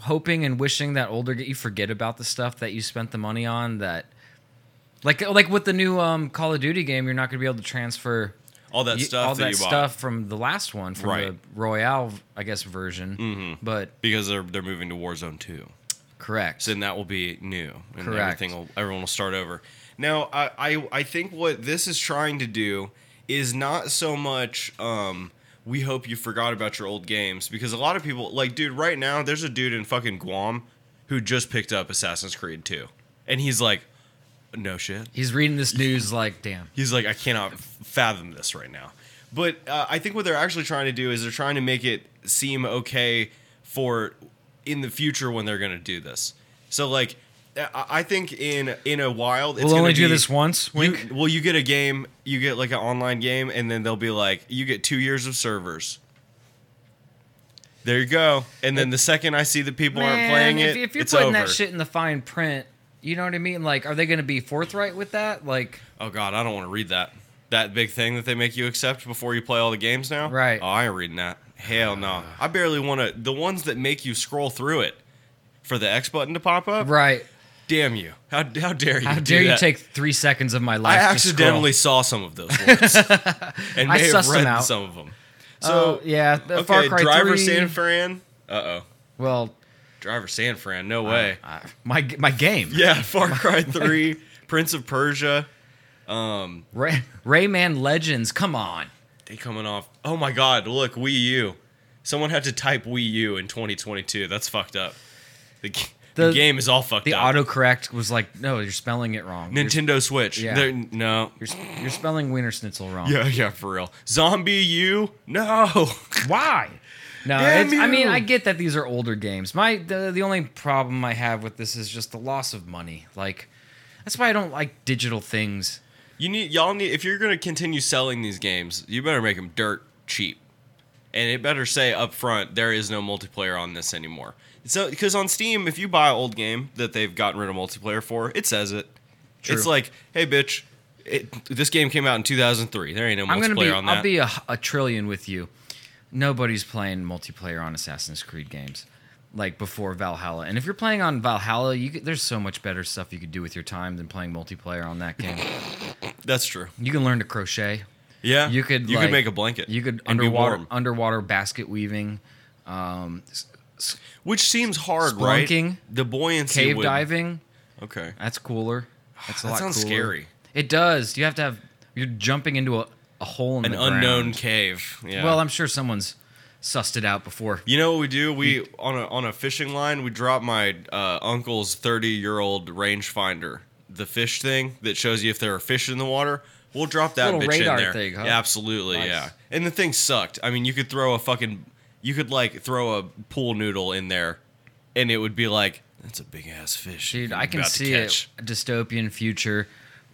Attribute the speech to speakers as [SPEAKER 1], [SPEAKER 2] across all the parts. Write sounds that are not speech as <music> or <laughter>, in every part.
[SPEAKER 1] hoping and wishing that older get you forget about the stuff that you spent the money on that like like with the new um, Call of Duty game, you're not going to be able to transfer
[SPEAKER 2] All that
[SPEAKER 1] you-
[SPEAKER 2] stuff
[SPEAKER 1] all
[SPEAKER 2] that
[SPEAKER 1] that
[SPEAKER 2] you bought.
[SPEAKER 1] stuff from the last one from
[SPEAKER 2] Right. Mm-hmm.
[SPEAKER 1] the Royale, I guess, version. But
[SPEAKER 2] Because they're, they're moving to Warzone 2.
[SPEAKER 1] Correct.
[SPEAKER 2] So then that will be new, and
[SPEAKER 1] Correct.
[SPEAKER 2] everything will everyone will start over. Now, I, I I think what this is trying to do is not so much. Um, we hope you forgot about your old games because a lot of people like, dude, right now there's a dude in fucking Guam who just picked up Assassin's Creed 2, and he's like, no shit.
[SPEAKER 1] He's reading this news like, damn.
[SPEAKER 2] He's like, I cannot fathom this right now. But uh, I think what they're actually trying to do is they're trying to make it seem okay for in the future when they're going to do this. So like, uh, I I think in in a while it's
[SPEAKER 1] We'll
[SPEAKER 2] gonna
[SPEAKER 1] only do
[SPEAKER 2] be-
[SPEAKER 1] this once.
[SPEAKER 2] You,
[SPEAKER 1] Wink.
[SPEAKER 2] well, you get a game, you get like an online game, and then they'll be like, you get two years of servers. There you go. And then the second I see that people aren't playing
[SPEAKER 1] if,
[SPEAKER 2] it,
[SPEAKER 1] if you're
[SPEAKER 2] it's
[SPEAKER 1] putting
[SPEAKER 2] over.
[SPEAKER 1] that shit in the fine print, you know what I mean? Like, are they going to be forthright with that? Like,
[SPEAKER 2] Oh God, I don't want to read that. That big thing that they make you accept before you play all the games now.
[SPEAKER 1] Right.
[SPEAKER 2] Oh, I ain't reading that. Hell no. I barely want to. The ones that make you scroll through it for the X button to pop up.
[SPEAKER 1] right?
[SPEAKER 2] Damn you. How how dare you?
[SPEAKER 1] How
[SPEAKER 2] do
[SPEAKER 1] dare you
[SPEAKER 2] that?
[SPEAKER 1] take three seconds of my
[SPEAKER 2] I
[SPEAKER 1] life? to
[SPEAKER 2] accidentally saw some of those
[SPEAKER 1] <laughs>
[SPEAKER 2] ones, and
[SPEAKER 1] I
[SPEAKER 2] may have
[SPEAKER 1] sussed them
[SPEAKER 2] read
[SPEAKER 1] out.
[SPEAKER 2] some of them.
[SPEAKER 1] scroll? Oh,
[SPEAKER 2] So
[SPEAKER 1] yeah, the Far
[SPEAKER 2] okay,
[SPEAKER 1] Cry
[SPEAKER 2] driver
[SPEAKER 1] 3,
[SPEAKER 2] San Fran. Uh oh,
[SPEAKER 1] Well,
[SPEAKER 2] driver San Fran. No way.
[SPEAKER 1] uh, my my game.
[SPEAKER 2] yeah, <laughs> Far Cry Three, Prince of Persia.
[SPEAKER 1] Ray, Rayman Legends. Come on.
[SPEAKER 2] They coming off. Oh my God! Look, Wii U. Someone had to type Wii U in 2022. That's fucked up. The, g- the,
[SPEAKER 1] The-
[SPEAKER 2] game is all fucked
[SPEAKER 1] The
[SPEAKER 2] up.
[SPEAKER 1] autocorrect was like, no, you're spelling it wrong. You're-
[SPEAKER 2] Nintendo Switch.
[SPEAKER 1] Yeah.
[SPEAKER 2] They're- No.
[SPEAKER 1] You're, you're, spelling Wiener Schnitzel wrong.
[SPEAKER 2] Yeah, yeah, for real. Zombie U. No. <laughs>
[SPEAKER 1] Why? No,
[SPEAKER 2] Damn
[SPEAKER 1] it's, I mean,
[SPEAKER 2] you.
[SPEAKER 1] I get that these are older games. My the, the only problem I have with this is just the loss of money. Like that's why I don't like digital things.
[SPEAKER 2] You need y'all need if you're gonna continue selling these games, you better make them dirt cheap, and it better say up front there is no multiplayer on this anymore. So because on Steam, if you buy an old game that they've gotten rid of multiplayer for, it says it. It's like, hey, bitch, it, this game came out in 2003. There ain't no
[SPEAKER 1] I'm
[SPEAKER 2] multiplayer
[SPEAKER 1] gonna be
[SPEAKER 2] on that.
[SPEAKER 1] I'll be a, a trillion with you. Nobody's playing multiplayer on Assassin's Creed games like before Valhalla. And if you're playing on Valhalla, you could, there's so much better stuff you could do with your time than playing multiplayer on that game.
[SPEAKER 2] That's true.
[SPEAKER 1] you can learn to crochet.
[SPEAKER 2] Yeah,
[SPEAKER 1] You could
[SPEAKER 2] you
[SPEAKER 1] like-
[SPEAKER 2] could make a blanket.
[SPEAKER 1] You could
[SPEAKER 2] and be
[SPEAKER 1] underwater
[SPEAKER 2] warm.
[SPEAKER 1] underwater basket
[SPEAKER 2] <laughs>
[SPEAKER 1] weaving. Um,
[SPEAKER 2] which seems hard, right?
[SPEAKER 1] Splunking.
[SPEAKER 2] The buoyancy.
[SPEAKER 1] cave
[SPEAKER 2] would-
[SPEAKER 1] diving.
[SPEAKER 2] Okay.
[SPEAKER 1] That's cooler. That's a
[SPEAKER 2] That
[SPEAKER 1] lot
[SPEAKER 2] sounds
[SPEAKER 1] cooler.
[SPEAKER 2] scary.
[SPEAKER 1] It does. You have to have. You're jumping into a, a hole in
[SPEAKER 2] An
[SPEAKER 1] the
[SPEAKER 2] unknown
[SPEAKER 1] ground.
[SPEAKER 2] cave. Yeah.
[SPEAKER 1] Well, I'm sure someone's sussed it out before.
[SPEAKER 2] You know what we do? We on a on a fishing line, we drop my uh, uncle's thirty year old rangefinder, the fish thing that shows you if there are fish in the water. We'll drop that
[SPEAKER 1] Little
[SPEAKER 2] bitch
[SPEAKER 1] radar
[SPEAKER 2] in there.
[SPEAKER 1] thing, huh?
[SPEAKER 2] Yeah, absolutely,
[SPEAKER 1] Nice.
[SPEAKER 2] yeah. And the thing sucked. I mean, you could throw a fucking, you could like throw a pool noodle in there, and it would be like that's a big ass fish.
[SPEAKER 1] Dude,
[SPEAKER 2] you're
[SPEAKER 1] I can
[SPEAKER 2] about to
[SPEAKER 1] see
[SPEAKER 2] catch."
[SPEAKER 1] it. A dystopian future.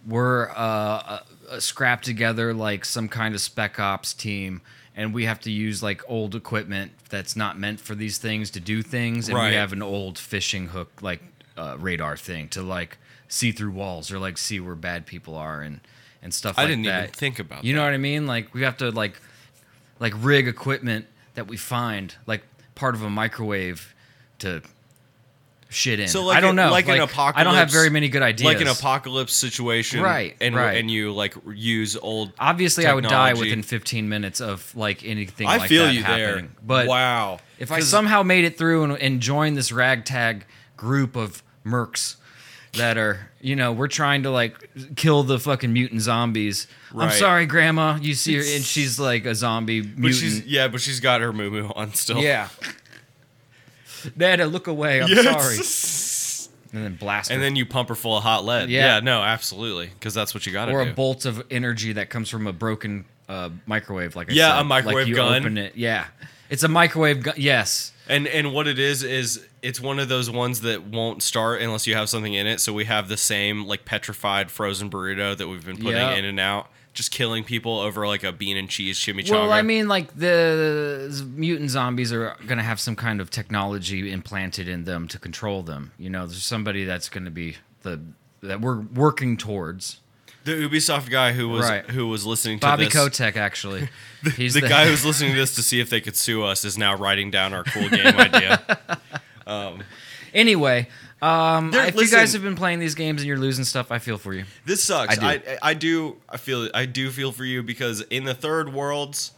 [SPEAKER 1] We're uh, uh, uh, scrapped together like some kind of spec ops team, and we have to use like old equipment that's not meant for these things to do things, and
[SPEAKER 2] Right.
[SPEAKER 1] we have an old fishing hook like uh, radar thing to like see through walls or like see where bad people are and and stuff.
[SPEAKER 2] I
[SPEAKER 1] like
[SPEAKER 2] didn't even
[SPEAKER 1] that.
[SPEAKER 2] think about
[SPEAKER 1] You know what I mean? Like we have to like like rig equipment that we find like part of a microwave to shit in.
[SPEAKER 2] So like
[SPEAKER 1] I don't
[SPEAKER 2] a-
[SPEAKER 1] know.
[SPEAKER 2] like, an apocalypse.
[SPEAKER 1] I don't have very many good ideas.
[SPEAKER 2] Like an apocalypse situation,
[SPEAKER 1] Right,
[SPEAKER 2] And
[SPEAKER 1] right.
[SPEAKER 2] and you like use old.
[SPEAKER 1] Obviously, I would die
[SPEAKER 2] technology.
[SPEAKER 1] within 15 minutes of like anything.
[SPEAKER 2] I
[SPEAKER 1] like
[SPEAKER 2] feel
[SPEAKER 1] that
[SPEAKER 2] you
[SPEAKER 1] happening.
[SPEAKER 2] there.
[SPEAKER 1] But
[SPEAKER 2] wow,
[SPEAKER 1] if I
[SPEAKER 2] 'Cause-
[SPEAKER 1] somehow made it through and, and joined this ragtag group of mercs that are, you know, we're trying to like kill the fucking mutant zombies. I'm
[SPEAKER 2] Right.
[SPEAKER 1] sorry, Grandma. You see her, and she's like a zombie mutant.
[SPEAKER 2] But she's yeah, but she's got her moo moo on still. <laughs>
[SPEAKER 1] Yeah. Dad, look away. I'm sorry.
[SPEAKER 2] Yes.
[SPEAKER 1] And then blast
[SPEAKER 2] And
[SPEAKER 1] her.
[SPEAKER 2] then you pump her full of hot lead.
[SPEAKER 1] Yeah.
[SPEAKER 2] Yeah, no, absolutely, because that's what you got to
[SPEAKER 1] or
[SPEAKER 2] do.
[SPEAKER 1] a bolt of energy that comes from a broken uh, microwave, like I
[SPEAKER 2] Yeah,
[SPEAKER 1] said.
[SPEAKER 2] a microwave
[SPEAKER 1] like you
[SPEAKER 2] gun.
[SPEAKER 1] Open it. Yeah, it's a microwave gun. Yes,
[SPEAKER 2] and and what it is is it's one of those ones that won't start unless you have something in it. So we have the same like petrified frozen burrito that we've been putting
[SPEAKER 1] Yeah.
[SPEAKER 2] in and out, just killing people over like a bean and cheese chimichanga.
[SPEAKER 1] Well, I mean, like the z- mutant zombies are gonna have some kind of technology implanted in them to control them. You know, there's somebody that's gonna be the that we're working towards.
[SPEAKER 2] the Ubisoft guy who was
[SPEAKER 1] Right.
[SPEAKER 2] who was listening to
[SPEAKER 1] Bobby
[SPEAKER 2] this,
[SPEAKER 1] Kotick, <laughs> actually, he's
[SPEAKER 2] the guy who's listening to this to see if they could sue us is now writing down our cool game
[SPEAKER 1] <laughs>
[SPEAKER 2] idea.
[SPEAKER 1] Anyway, um,
[SPEAKER 2] There-
[SPEAKER 1] if you guys
[SPEAKER 2] listen.
[SPEAKER 1] have been playing these games and you're losing stuff, I feel for you.
[SPEAKER 2] This sucks.
[SPEAKER 1] I
[SPEAKER 2] I
[SPEAKER 1] do.
[SPEAKER 2] do. I, I do. I feel. I do feel for you because in the
[SPEAKER 1] Mm-hmm.
[SPEAKER 2] third worlds,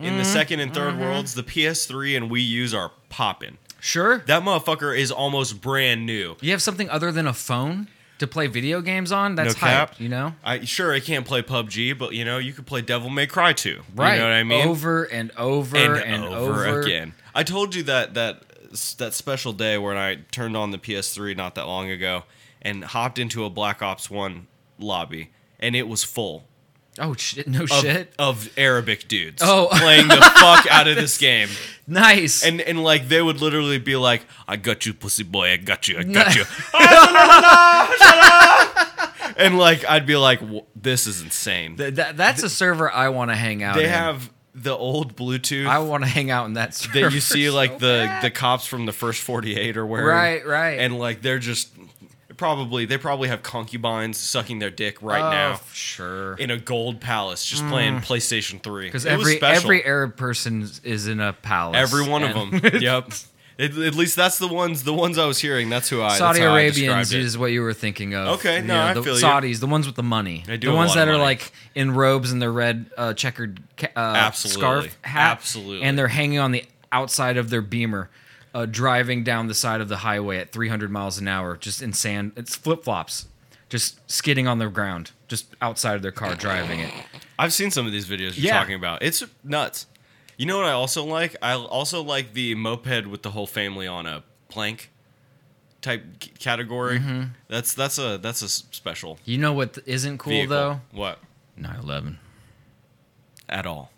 [SPEAKER 2] in the second and 3rd worlds, the PS3 and Wii U's are popping.
[SPEAKER 1] Sure.
[SPEAKER 2] That motherfucker is almost brand new.
[SPEAKER 1] You have something other than a phone to play video games on? That's
[SPEAKER 2] no
[SPEAKER 1] hyped,
[SPEAKER 2] cap.
[SPEAKER 1] you know?
[SPEAKER 2] I sure I can't play PUBG, but you know you could play Devil May Cry 2.
[SPEAKER 1] Right.
[SPEAKER 2] You know what I mean?
[SPEAKER 1] Over and over
[SPEAKER 2] and,
[SPEAKER 1] and,
[SPEAKER 2] over, again. I told you that that that special day when I turned on the PS3 not that long ago and hopped into a Black Ops One lobby, and it was full
[SPEAKER 1] Oh shit! No
[SPEAKER 2] of,
[SPEAKER 1] shit.
[SPEAKER 2] of Arabic dudes
[SPEAKER 1] Oh. <laughs>
[SPEAKER 2] playing the fuck out of this game.
[SPEAKER 1] Nice.
[SPEAKER 2] And and like they would literally be like, "I got you, pussy boy. I got you. I
[SPEAKER 1] No. <laughs>
[SPEAKER 2] got you." <laughs> and like I'd be like, "Wh- "This is insane." Oh,
[SPEAKER 1] Th- that- that's a server I want to hang out.
[SPEAKER 2] they
[SPEAKER 1] in.
[SPEAKER 2] have the old Bluetooth
[SPEAKER 1] I want to hang out in that <laughs> server.
[SPEAKER 2] that you see
[SPEAKER 1] so
[SPEAKER 2] like the
[SPEAKER 1] bad.
[SPEAKER 2] the cops from the first 48 are wearing
[SPEAKER 1] Right, right.
[SPEAKER 2] and like they're just probably they probably have concubines sucking their dick right
[SPEAKER 1] Oh,
[SPEAKER 2] now
[SPEAKER 1] f- Sure.
[SPEAKER 2] in a gold palace just playing playstation 3
[SPEAKER 1] Because
[SPEAKER 2] It was
[SPEAKER 1] every
[SPEAKER 2] special.
[SPEAKER 1] every Arab person is in a palace.
[SPEAKER 2] Every one of
[SPEAKER 1] <laughs> and-
[SPEAKER 2] them yep at, at least that's the ones the ones i was hearing that's who i
[SPEAKER 1] Saudi
[SPEAKER 2] that's how I
[SPEAKER 1] Arabians
[SPEAKER 2] described it.
[SPEAKER 1] is what you were thinking of.
[SPEAKER 2] Okay, no, I
[SPEAKER 1] the
[SPEAKER 2] feel you.
[SPEAKER 1] Saudis, the ones with the money,
[SPEAKER 2] They do
[SPEAKER 1] the
[SPEAKER 2] have a
[SPEAKER 1] ones
[SPEAKER 2] lot
[SPEAKER 1] that
[SPEAKER 2] of
[SPEAKER 1] are
[SPEAKER 2] money.
[SPEAKER 1] like in robes and their red uh, checkered ca- uh,
[SPEAKER 2] Absolutely.
[SPEAKER 1] scarf hat,
[SPEAKER 2] Absolutely.
[SPEAKER 1] and they're hanging on the outside of their Beamer, uh, driving down the side of the highway at 300 miles an hour, just in sand. It's flip flops, just skidding on the ground, just outside of their car, driving it.
[SPEAKER 2] i've seen some of these videos you're
[SPEAKER 1] Yeah.
[SPEAKER 2] talking about it's nuts you know what i also like i also like the moped with the whole family on a plank type c- category
[SPEAKER 1] Mm-hmm.
[SPEAKER 2] that's that's a that's a s- special
[SPEAKER 1] You know what isn't cool
[SPEAKER 2] vehicle.
[SPEAKER 1] though?
[SPEAKER 2] What?
[SPEAKER 1] 9/11. <laughs>
[SPEAKER 2] At all.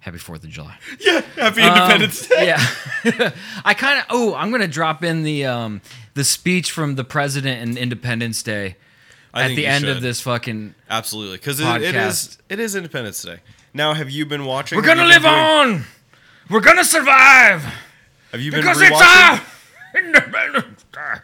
[SPEAKER 1] Happy Fourth of July.
[SPEAKER 2] Yeah, happy Independence Day.
[SPEAKER 1] Um, yeah <laughs> i kind of oh i'm gonna drop in the um the speech from the president in independence day
[SPEAKER 2] I
[SPEAKER 1] at
[SPEAKER 2] think
[SPEAKER 1] the
[SPEAKER 2] you
[SPEAKER 1] end of
[SPEAKER 2] should.
[SPEAKER 1] this fucking
[SPEAKER 2] Absolutely, because it, it
[SPEAKER 1] Podcast.
[SPEAKER 2] is it is Independence Day. Now, have you been watching?
[SPEAKER 1] we're
[SPEAKER 2] Have
[SPEAKER 1] gonna
[SPEAKER 2] you been
[SPEAKER 1] live
[SPEAKER 2] doing-
[SPEAKER 1] on we're gonna survive
[SPEAKER 2] Have you been
[SPEAKER 1] because
[SPEAKER 2] rewatching?
[SPEAKER 1] it's uh, our
[SPEAKER 2] <laughs>
[SPEAKER 1] independence day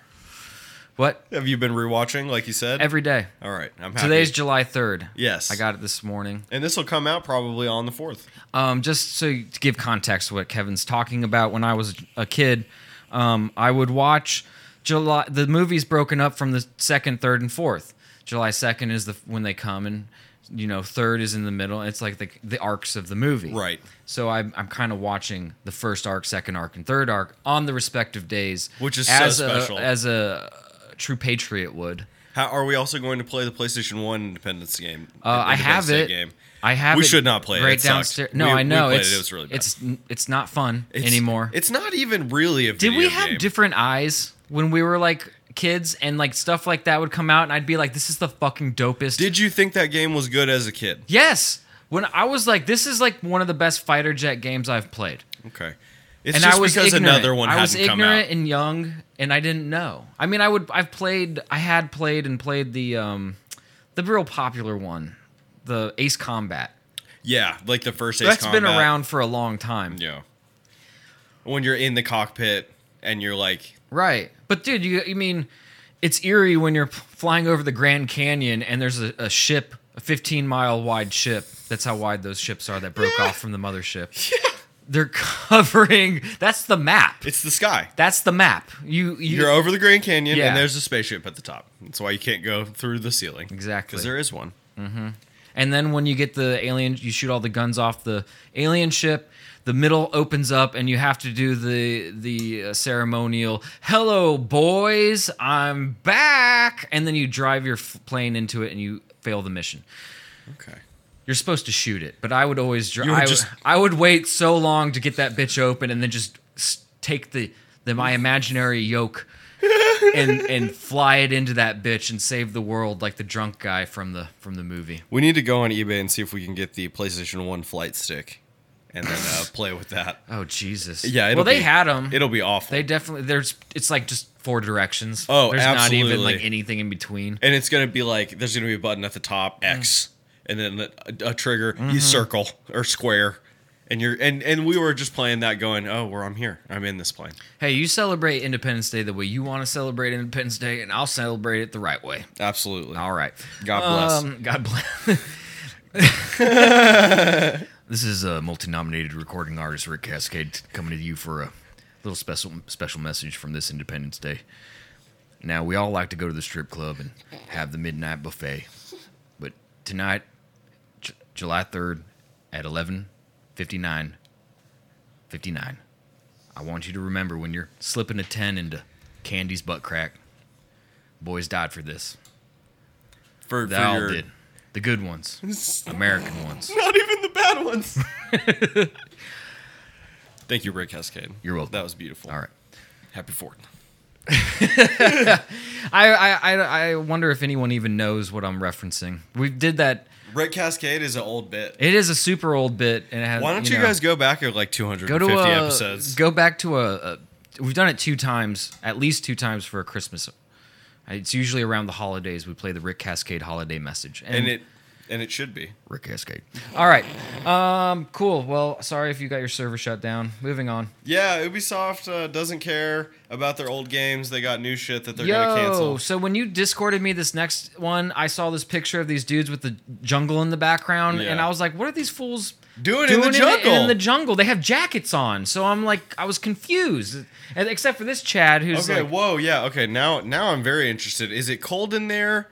[SPEAKER 1] what
[SPEAKER 2] have you been rewatching? Like you said.
[SPEAKER 1] every day
[SPEAKER 2] All right, I'm happy.
[SPEAKER 1] today's july 3rd
[SPEAKER 2] Yes.
[SPEAKER 1] i got it this morning
[SPEAKER 2] and this will come out probably on the fourth.
[SPEAKER 1] um, just so you- to give context to what Kevin's talking about, when I was a kid, um, I would watch July. The movies broken up from the second, third, and fourth. July second is the when they come, and you know third is in the middle. It's like the the arcs of the movie,
[SPEAKER 2] Right.
[SPEAKER 1] So I'm I'm kind of watching the first arc, second arc, and third arc on the respective days,
[SPEAKER 2] Which is so
[SPEAKER 1] as
[SPEAKER 2] special.
[SPEAKER 1] a as a true patriot would.
[SPEAKER 2] How are we also going to play the PlayStation One Independence game?
[SPEAKER 1] Uh, I have
[SPEAKER 2] Independence Day
[SPEAKER 1] it.
[SPEAKER 2] Game.
[SPEAKER 1] I have
[SPEAKER 2] We
[SPEAKER 1] it
[SPEAKER 2] should not play it.
[SPEAKER 1] right
[SPEAKER 2] It sucked.
[SPEAKER 1] downstairs. No,
[SPEAKER 2] We-
[SPEAKER 1] I
[SPEAKER 2] we
[SPEAKER 1] know
[SPEAKER 2] played it.
[SPEAKER 1] it's
[SPEAKER 2] It was really bad.
[SPEAKER 1] it's it's not fun
[SPEAKER 2] It's-
[SPEAKER 1] anymore.
[SPEAKER 2] It's not even really a.
[SPEAKER 1] Did
[SPEAKER 2] Video
[SPEAKER 1] we have
[SPEAKER 2] game.
[SPEAKER 1] different eyes when we were like kids and like stuff like that would come out and I'd be like, this is the fucking dopest.
[SPEAKER 2] Did you think that game was good as a kid?
[SPEAKER 1] yes. When I was like, this is like one of the best fighter jet games I've played.
[SPEAKER 2] Okay. It's
[SPEAKER 1] and
[SPEAKER 2] just
[SPEAKER 1] I was
[SPEAKER 2] because
[SPEAKER 1] ignorant.
[SPEAKER 2] another one
[SPEAKER 1] I was
[SPEAKER 2] hasn't come out.
[SPEAKER 1] ignorant and young and I didn't know. I mean, I would, I've played, I had played and played the, um, the real popular one, the Ace Combat.
[SPEAKER 2] Yeah, like the first Ace
[SPEAKER 1] That's been
[SPEAKER 2] Combat.
[SPEAKER 1] around for a long time.
[SPEAKER 2] Yeah. When you're in the cockpit and you're like,
[SPEAKER 1] Right. But dude, you you mean it's eerie when you're p- flying over the Grand Canyon and there's a, a ship, a 15 mile wide ship. That's how wide those ships are that broke off from the
[SPEAKER 2] <laughs>
[SPEAKER 1] mothership. They're <laughs> covering. That's the map.
[SPEAKER 2] it's the sky.
[SPEAKER 1] That's the map. You, you
[SPEAKER 2] You're over the Grand Canyon
[SPEAKER 1] Yeah.
[SPEAKER 2] and there's a spaceship at the top. That's why you can't go through the ceiling.
[SPEAKER 1] Exactly.
[SPEAKER 2] Because there is one.
[SPEAKER 1] And then when you get the alien, you shoot all the guns off the alien ship. The middle opens up, and you have to do the the uh, ceremonial "Hello, boys, I'm back." And then you drive your f- plane into it, and you fail the mission.
[SPEAKER 2] Okay.
[SPEAKER 1] You're supposed to shoot it, but I would always drive.
[SPEAKER 2] You would
[SPEAKER 1] I,
[SPEAKER 2] just-
[SPEAKER 1] would- I would wait so long to get that bitch open, and then just s- take the, the my imaginary
[SPEAKER 2] <laughs>
[SPEAKER 1] yoke and and fly it into that bitch and save the world like the drunk guy from the from the movie.
[SPEAKER 2] We need to go on eBay and see if we can get the PlayStation 1 flight stick and then <laughs> uh, play with that.
[SPEAKER 1] Oh Jesus!
[SPEAKER 2] Yeah, it'll
[SPEAKER 1] well, they
[SPEAKER 2] be-
[SPEAKER 1] had them.
[SPEAKER 2] It'll be awful.
[SPEAKER 1] They definitely there's. It's like just four directions.
[SPEAKER 2] Oh,
[SPEAKER 1] there's not even
[SPEAKER 2] absolutely.
[SPEAKER 1] like anything in between.
[SPEAKER 2] and it's going to be like, there's going to be a button at the top,
[SPEAKER 1] Mm.
[SPEAKER 2] X, and then a, a trigger,
[SPEAKER 1] Mm-hmm.
[SPEAKER 2] you circle or square. And you're and, and we were just playing that going, oh, where I'm here. I'm in this plane.
[SPEAKER 1] Hey, you celebrate Independence Day the way you want to celebrate Independence Day, and I'll celebrate it the right way.
[SPEAKER 2] Absolutely.
[SPEAKER 1] All right.
[SPEAKER 2] God bless.
[SPEAKER 1] Um, God bless. <laughs> this is a multi-nominated recording artist Rick Cascade coming to you for a little special special message from this Independence Day. Now we all like to go to the strip club and have the midnight buffet, but tonight, J- July third, at eleven fifty nine. Fifty nine. I want you to remember when you're slipping a 10 into Candy's butt crack. Boys died for this.
[SPEAKER 2] For, for
[SPEAKER 1] They all
[SPEAKER 2] your-
[SPEAKER 1] did. The good ones, American ones.
[SPEAKER 2] <laughs> Not even the
[SPEAKER 1] <laughs>
[SPEAKER 2] bad ones. Thank you, Rick Cascade.
[SPEAKER 1] You're welcome.
[SPEAKER 2] That was beautiful.
[SPEAKER 1] All right.
[SPEAKER 2] Happy Fourth.
[SPEAKER 1] I, I, I, I wonder if anyone even knows what I'm referencing. We did that.
[SPEAKER 2] Rick Cascade is an old bit.
[SPEAKER 1] It is a super old bit, and it has.
[SPEAKER 2] Why don't you,
[SPEAKER 1] know,
[SPEAKER 2] guys go back at like 250
[SPEAKER 1] go to a,
[SPEAKER 2] episodes?
[SPEAKER 1] Go back to a, a. We've done it two times, at least two times for a Christmas. Uh, It's usually around the holidays. We play the Rick Cascade holiday message,
[SPEAKER 2] and it and it should be.
[SPEAKER 1] Rick Cascade. All right, um, cool. Well, sorry if you got your server shut down. Moving on.
[SPEAKER 2] Yeah, Ubisoft uh, doesn't care about their old games. They got new shit that they're gonna
[SPEAKER 1] Yo,
[SPEAKER 2] cancel.
[SPEAKER 1] so when you discorded me this next one, I saw this picture of these dudes with the jungle in the background, and
[SPEAKER 2] Yeah.
[SPEAKER 1] I was like, "What are these fools
[SPEAKER 2] Doing in the jungle."
[SPEAKER 1] In the jungle, they have jackets on. So I'm like, I was confused, And- except for this Chad who's
[SPEAKER 2] Okay,
[SPEAKER 1] like,
[SPEAKER 2] whoa, yeah, okay. Now now I'm very interested. Is it cold in there?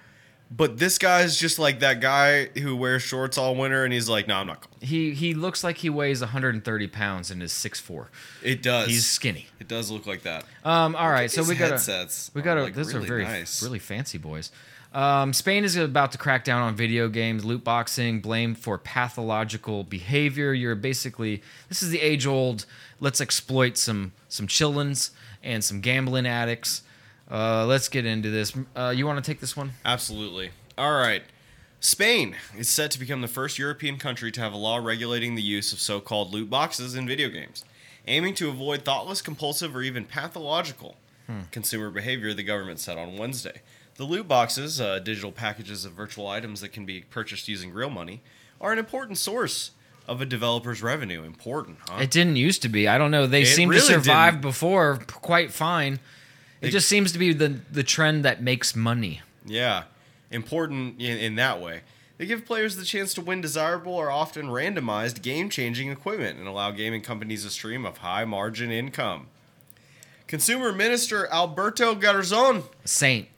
[SPEAKER 2] But this guy's just like that guy who wears shorts all winter and he's like, "No, I'm not cold."
[SPEAKER 1] he he looks like he weighs 130 pounds and is 6'4".
[SPEAKER 2] It does.
[SPEAKER 1] He's skinny.
[SPEAKER 2] it does look like that.
[SPEAKER 1] Um, all right, so
[SPEAKER 2] These
[SPEAKER 1] we got
[SPEAKER 2] headsets
[SPEAKER 1] We
[SPEAKER 2] are,
[SPEAKER 1] got to.
[SPEAKER 2] Oh, like,
[SPEAKER 1] These are
[SPEAKER 2] really
[SPEAKER 1] very
[SPEAKER 2] nice.
[SPEAKER 1] really fancy boys. Um, Spain is about to crack down on video games, loot boxing, blamed for pathological behavior. You're basically this is the age old. Let's exploit some some chillins and some gambling addicts. Uh, let's get into this. Uh, you want to take this one?
[SPEAKER 2] Absolutely. All right. Spain is set to become the first European country to have a law regulating the use of so called loot boxes in video games, aiming to avoid thoughtless, compulsive, or even pathological consumer behavior, the government said on Wednesday. The loot boxes, uh, digital packages of virtual items that can be purchased using real money, are an important source of a developer's revenue. Important, huh?
[SPEAKER 1] It didn't used to be. I don't know. They
[SPEAKER 2] It
[SPEAKER 1] seem
[SPEAKER 2] really
[SPEAKER 1] to survive
[SPEAKER 2] didn't.
[SPEAKER 1] before p- quite fine. It
[SPEAKER 2] They-
[SPEAKER 1] just seems to be the the trend that makes money.
[SPEAKER 2] Yeah, important in, in that way. They give players the chance to win desirable or often randomized game changing equipment and allow gaming companies a stream of high margin income. Consumer Minister Alberto Garzon.
[SPEAKER 1] A saint,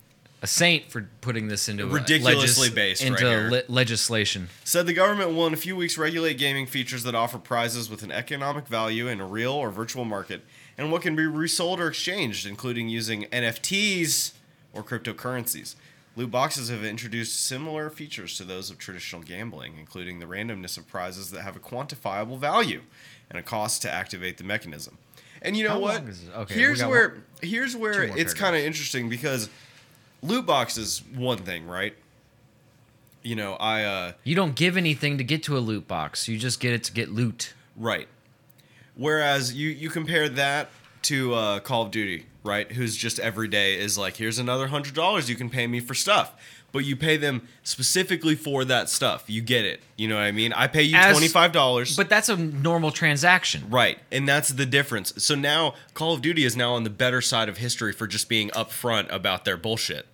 [SPEAKER 1] a saint for putting this into a
[SPEAKER 2] Ridiculously
[SPEAKER 1] legis-
[SPEAKER 2] based right
[SPEAKER 1] into
[SPEAKER 2] here.
[SPEAKER 1] le- legislation.
[SPEAKER 2] said the government will in a few weeks regulate gaming features that offer prizes with an economic value in a real or virtual market and what can be resold or exchanged, including using NFTs or cryptocurrencies. Loot boxes have introduced similar features to those of traditional gambling, including the randomness of prizes that have a quantifiable value and a cost to activate the mechanism. And you know
[SPEAKER 1] How
[SPEAKER 2] what?
[SPEAKER 1] long is this? Okay, we
[SPEAKER 2] here's
[SPEAKER 1] got
[SPEAKER 2] where here's where
[SPEAKER 1] more
[SPEAKER 2] it's kind of interesting because loot box is one thing, right? You know, I uh,
[SPEAKER 1] You don't give anything to get to a loot box. You just get it to get loot.
[SPEAKER 2] Right. Whereas you you compare that to uh, Call of Duty, right? Who's just every day is like, here's another hundred dollars you can pay me for stuff, but you pay them specifically for that stuff. You get it. You know what I mean? I pay you
[SPEAKER 1] As-
[SPEAKER 2] twenty five dollars.
[SPEAKER 1] But that's a normal transaction.
[SPEAKER 2] Right, and that's the difference. So now Call of Duty is now on the better side of history for just being upfront about their bullshit.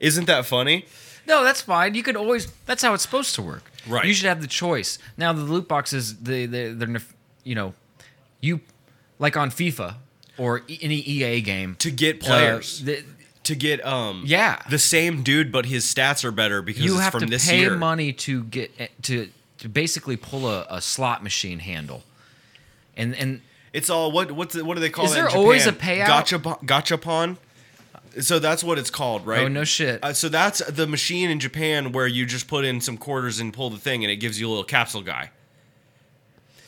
[SPEAKER 2] Isn't that funny?
[SPEAKER 1] No, that's fine. You could always. That's how it's supposed to work.
[SPEAKER 2] Right.
[SPEAKER 1] You should have the choice. Now the loot boxes, they they they're nef- you know, you like on FIFA or e- any EA game
[SPEAKER 2] To get
[SPEAKER 1] uh,
[SPEAKER 2] players,
[SPEAKER 1] the-
[SPEAKER 2] to get um,
[SPEAKER 1] Yeah.
[SPEAKER 2] the same dude, but his stats are better because
[SPEAKER 1] you
[SPEAKER 2] it's
[SPEAKER 1] have
[SPEAKER 2] from
[SPEAKER 1] to
[SPEAKER 2] this
[SPEAKER 1] pay
[SPEAKER 2] year.
[SPEAKER 1] money to get eh, to to basically pull a, a slot machine handle, and and
[SPEAKER 2] It's all what what's it, what do they call
[SPEAKER 1] Is
[SPEAKER 2] it?
[SPEAKER 1] there always a payout?
[SPEAKER 2] Gotcha, gachapon. So that's what it's called, right?
[SPEAKER 1] Oh, no shit.
[SPEAKER 2] Uh, so that's the machine in Japan where you just put in some quarters and pull the thing, and it gives you a little capsule guy.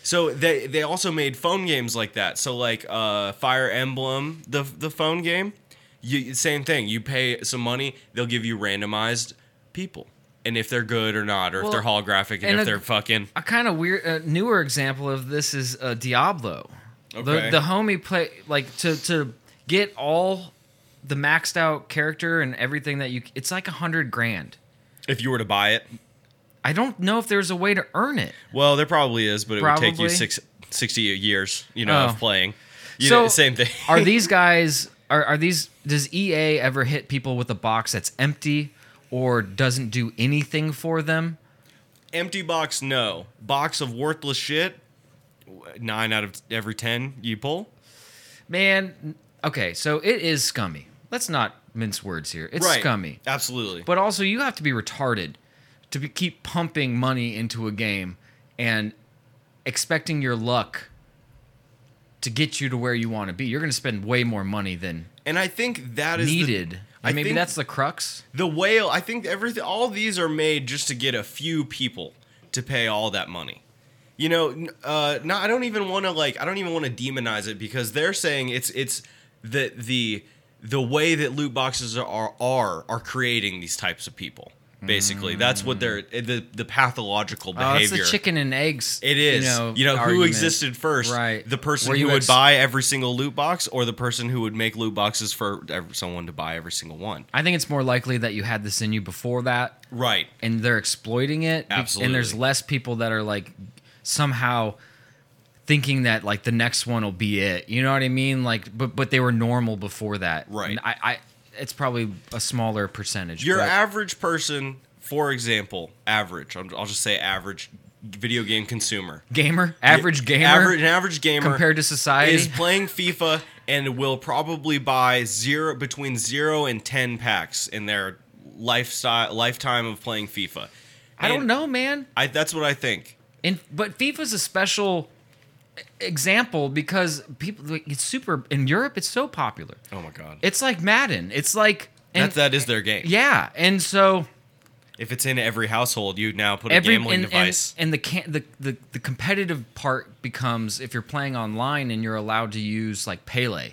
[SPEAKER 2] So they they also made phone games like that. So like uh, Fire Emblem, the the phone game, you, same thing. You pay some money, they'll give you randomized people, and if they're good or not, or
[SPEAKER 1] Well,
[SPEAKER 2] if they're holographic, and,
[SPEAKER 1] and
[SPEAKER 2] if
[SPEAKER 1] a-
[SPEAKER 2] they're fucking
[SPEAKER 1] a kind of weird uh, newer example of this is uh, Diablo.
[SPEAKER 2] Okay.
[SPEAKER 1] The, the homie play like to to get all the maxed out character and everything that you it's like a hundred grand.
[SPEAKER 2] if you were to buy it,
[SPEAKER 1] I don't know if there's a way to earn it.
[SPEAKER 2] Well, there probably is, but it would take you
[SPEAKER 1] Probably.
[SPEAKER 2] six, 60 years, you know,
[SPEAKER 1] Oh.
[SPEAKER 2] of playing. You
[SPEAKER 1] So,
[SPEAKER 2] know, same thing.
[SPEAKER 1] are these guys are, are these does EA ever hit people with a box that's empty or doesn't do anything for them?
[SPEAKER 2] <laughs> Empty box, no. Box of worthless shit, nine out of every ten you pull.
[SPEAKER 1] Man, okay, so it is scummy. Let's not mince words here. It's scummy.
[SPEAKER 2] Absolutely.
[SPEAKER 1] But also, you have to be retarded to be, keep pumping money into a game and expecting your luck to get you to where you want to be. You're going to spend way more money than
[SPEAKER 2] And I think that is the-
[SPEAKER 1] needed.
[SPEAKER 2] I
[SPEAKER 1] and maybe
[SPEAKER 2] think
[SPEAKER 1] that's the crux.
[SPEAKER 2] the whale. I think everything. All these are made just to get a few people to pay all that money. You know, n- uh, not. I don't even want to like. I don't even want to demonize it because they're saying it's it's the the the way that loot boxes are are are creating these types of people. Basically, that's what they're eh, the the pathological
[SPEAKER 1] Oh, it's
[SPEAKER 2] behavior.
[SPEAKER 1] the chicken and eggs.
[SPEAKER 2] It is. You know, who
[SPEAKER 1] argument.
[SPEAKER 2] existed first?
[SPEAKER 1] Right.
[SPEAKER 2] The person
[SPEAKER 1] Were
[SPEAKER 2] who
[SPEAKER 1] you
[SPEAKER 2] would
[SPEAKER 1] ex-
[SPEAKER 2] buy every single loot box, or the person who would make loot boxes for ev- someone to buy every single one.
[SPEAKER 1] I think it's more likely that you had this in you before that,
[SPEAKER 2] Right.
[SPEAKER 1] and they're exploiting it. be- And there's
[SPEAKER 2] Absolutely.
[SPEAKER 1] less people that are like somehow thinking that like the next one will be it. You know what I mean? Like, but but they were normal before that.
[SPEAKER 2] Right.
[SPEAKER 1] And I, I it's probably a smaller percentage.
[SPEAKER 2] Your
[SPEAKER 1] but-
[SPEAKER 2] average person, for example, average. I'm, I'll just say average video game consumer.
[SPEAKER 1] gamer, average gamer,
[SPEAKER 2] Average, an average gamer
[SPEAKER 1] compared to society.
[SPEAKER 2] is playing FIFA and will probably buy zero between zero and ten packs in their lifestyle lifetime of playing FIFA.
[SPEAKER 1] I don't
[SPEAKER 2] And
[SPEAKER 1] know, man.
[SPEAKER 2] I, that's what I think.
[SPEAKER 1] And but FIFA's a special e-, example because people like, it's super in Europe. It's so popular.
[SPEAKER 2] Oh my god.
[SPEAKER 1] It's like Madden. It's like and,
[SPEAKER 2] that, that is their game.
[SPEAKER 1] yeah, and so
[SPEAKER 2] If it's in every household, you now put
[SPEAKER 1] every
[SPEAKER 2] a gambling
[SPEAKER 1] and, and-
[SPEAKER 2] device.
[SPEAKER 1] and, the, can, the the the competitive part becomes if you're playing online and you're allowed to use like Pele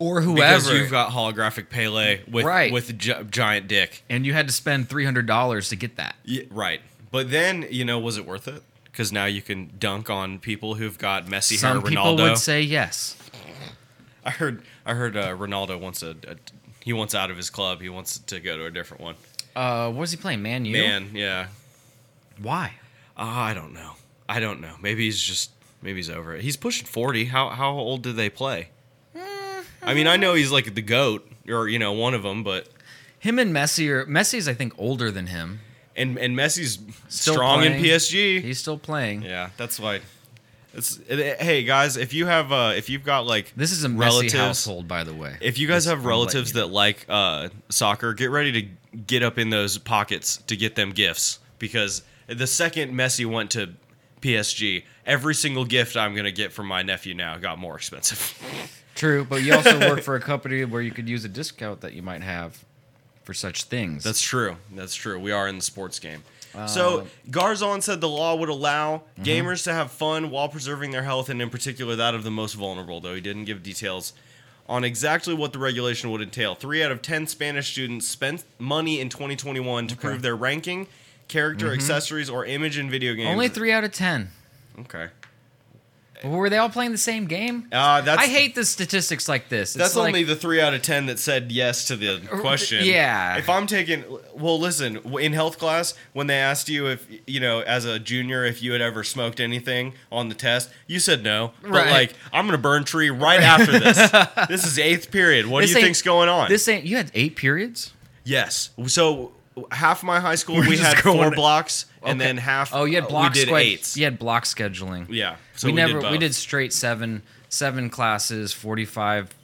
[SPEAKER 1] or
[SPEAKER 2] because
[SPEAKER 1] whoever,
[SPEAKER 2] you've got holographic Pele with
[SPEAKER 1] Right.
[SPEAKER 2] with gi- giant dick.
[SPEAKER 1] and you had to spend three hundred dollars to get that.
[SPEAKER 2] right. But then you know, was it worth it? Because now you can dunk on people who've got messy
[SPEAKER 1] Some
[SPEAKER 2] hair.
[SPEAKER 1] people
[SPEAKER 2] Ronaldo.
[SPEAKER 1] would say yes.
[SPEAKER 2] I heard. I heard uh, Ronaldo wants a, a. He wants out of his club. He wants to go to a different one.
[SPEAKER 1] Uh, what is he playing? Man, you
[SPEAKER 2] Man, yeah.
[SPEAKER 1] why?
[SPEAKER 2] Uh, I don't know. I don't know. Maybe he's just. Maybe he's over it. He's pushing forty. How how old did they play?
[SPEAKER 1] Mm-hmm.
[SPEAKER 2] I mean, I know he's like the goat, or you know, one of them, but
[SPEAKER 1] Him and Messi are Messi's I think older than him.
[SPEAKER 2] and and Messi's
[SPEAKER 1] Still
[SPEAKER 2] strong in
[SPEAKER 1] playing.
[SPEAKER 2] PSG.
[SPEAKER 1] He's still playing.
[SPEAKER 2] yeah, that's why. It's it- hey guys, if you have uh if you've got like
[SPEAKER 1] This is a messy
[SPEAKER 2] relatives,
[SPEAKER 1] household, by the way.
[SPEAKER 2] If you guys
[SPEAKER 1] Just-
[SPEAKER 2] have
[SPEAKER 1] I'm letting
[SPEAKER 2] relatives
[SPEAKER 1] you
[SPEAKER 2] that like uh soccer, get ready to get up in those pockets to get them gifts because the second Messi went to PSG, every single gift I'm gonna get from my nephew now got more expensive.
[SPEAKER 1] True, but you also work for a company where you could use a discount that you might have for such things.
[SPEAKER 2] That's true. That's true. We are in the sports game. so
[SPEAKER 1] Um,
[SPEAKER 2] Garzon said the law would allow
[SPEAKER 1] Mm-hmm.
[SPEAKER 2] gamers to have fun while preserving their health and in particular that of the most vulnerable, though he didn't give details on exactly what the regulation would entail. 3 out of 10 Spanish students spent money in 2021 to prove their ranking, character, accessories or image in video games.
[SPEAKER 1] Mm-hmm. only three out of ten.
[SPEAKER 2] Okay.
[SPEAKER 1] But were they all playing the same game?
[SPEAKER 2] Uh, that's
[SPEAKER 1] I hate the statistics like this. It's
[SPEAKER 2] That's
[SPEAKER 1] like, Uh,
[SPEAKER 2] only the three out of ten that said yes to the question.
[SPEAKER 1] yeah.
[SPEAKER 2] If I'm taking, well, listen, w- in health class, when they asked you if you know, as a junior, if you had ever smoked anything on the test, you said no. But
[SPEAKER 1] Right.
[SPEAKER 2] like, I'm gonna burn tree right
[SPEAKER 1] <laughs>
[SPEAKER 2] after this. this is eighth period. What
[SPEAKER 1] This
[SPEAKER 2] do you
[SPEAKER 1] ain't-
[SPEAKER 2] think's going on?
[SPEAKER 1] This ain't. You had eight periods.
[SPEAKER 2] yes. So half my high school
[SPEAKER 1] We're
[SPEAKER 2] we
[SPEAKER 1] just
[SPEAKER 2] had four
[SPEAKER 1] going-
[SPEAKER 2] blocks, and
[SPEAKER 1] Okay.
[SPEAKER 2] then half.
[SPEAKER 1] Oh, you had
[SPEAKER 2] uh,
[SPEAKER 1] block.
[SPEAKER 2] We did
[SPEAKER 1] squad-
[SPEAKER 2] eights.
[SPEAKER 1] You had block scheduling.
[SPEAKER 2] Yeah. So
[SPEAKER 1] we,
[SPEAKER 2] we,
[SPEAKER 1] never.
[SPEAKER 2] Did both.
[SPEAKER 1] we did straight seven, seven classes, 45,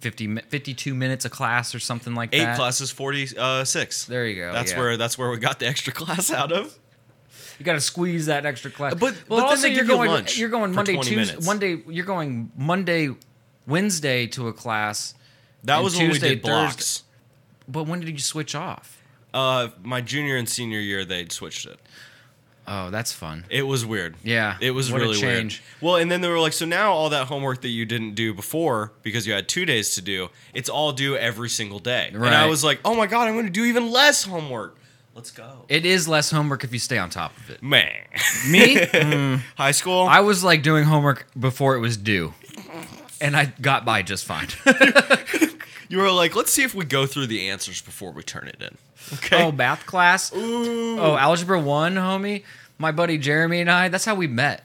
[SPEAKER 1] 50, mi- 52 minutes a class or something like
[SPEAKER 2] Eight
[SPEAKER 1] that.
[SPEAKER 2] classes, forty-six.
[SPEAKER 1] There you go,
[SPEAKER 2] uh, That's
[SPEAKER 1] yeah.
[SPEAKER 2] where that's where we got the extra <laughs> class out of.
[SPEAKER 1] You got to squeeze that extra class.
[SPEAKER 2] But- but
[SPEAKER 1] well,
[SPEAKER 2] then
[SPEAKER 1] also
[SPEAKER 2] they
[SPEAKER 1] you're
[SPEAKER 2] give you
[SPEAKER 1] going
[SPEAKER 2] lunch
[SPEAKER 1] you're going
[SPEAKER 2] for
[SPEAKER 1] Monday
[SPEAKER 2] 20
[SPEAKER 1] Tuesday
[SPEAKER 2] minutes.
[SPEAKER 1] Monday you're going Monday Wednesday to a class.
[SPEAKER 2] That
[SPEAKER 1] and
[SPEAKER 2] was when we
[SPEAKER 1] Tuesday,
[SPEAKER 2] did blocks.
[SPEAKER 1] But when did you switch off?
[SPEAKER 2] Uh, my junior and senior year, they switched it.
[SPEAKER 1] Oh, that's fun.
[SPEAKER 2] It was weird.
[SPEAKER 1] Yeah,
[SPEAKER 2] it was
[SPEAKER 1] what a
[SPEAKER 2] really
[SPEAKER 1] change.
[SPEAKER 2] weird. Well, and then they were like, so now all that homework that you didn't do before because you had two days to do, it's all due every single day. And I
[SPEAKER 1] Right.
[SPEAKER 2] was like, oh my god, I'm going to do even less homework. Let's go,
[SPEAKER 1] It is less homework if you stay on top
[SPEAKER 2] <laughs>
[SPEAKER 1] of it.
[SPEAKER 2] man.
[SPEAKER 1] Me,
[SPEAKER 2] High school.
[SPEAKER 1] I was like doing homework before it was due, and I got by just fine. <laughs>
[SPEAKER 2] you were like, let's see if we go through the answers before we turn it in. Okay.
[SPEAKER 1] oh, math class. Oh, algebra one, homie. My buddy Jeremy and I. That's how we met.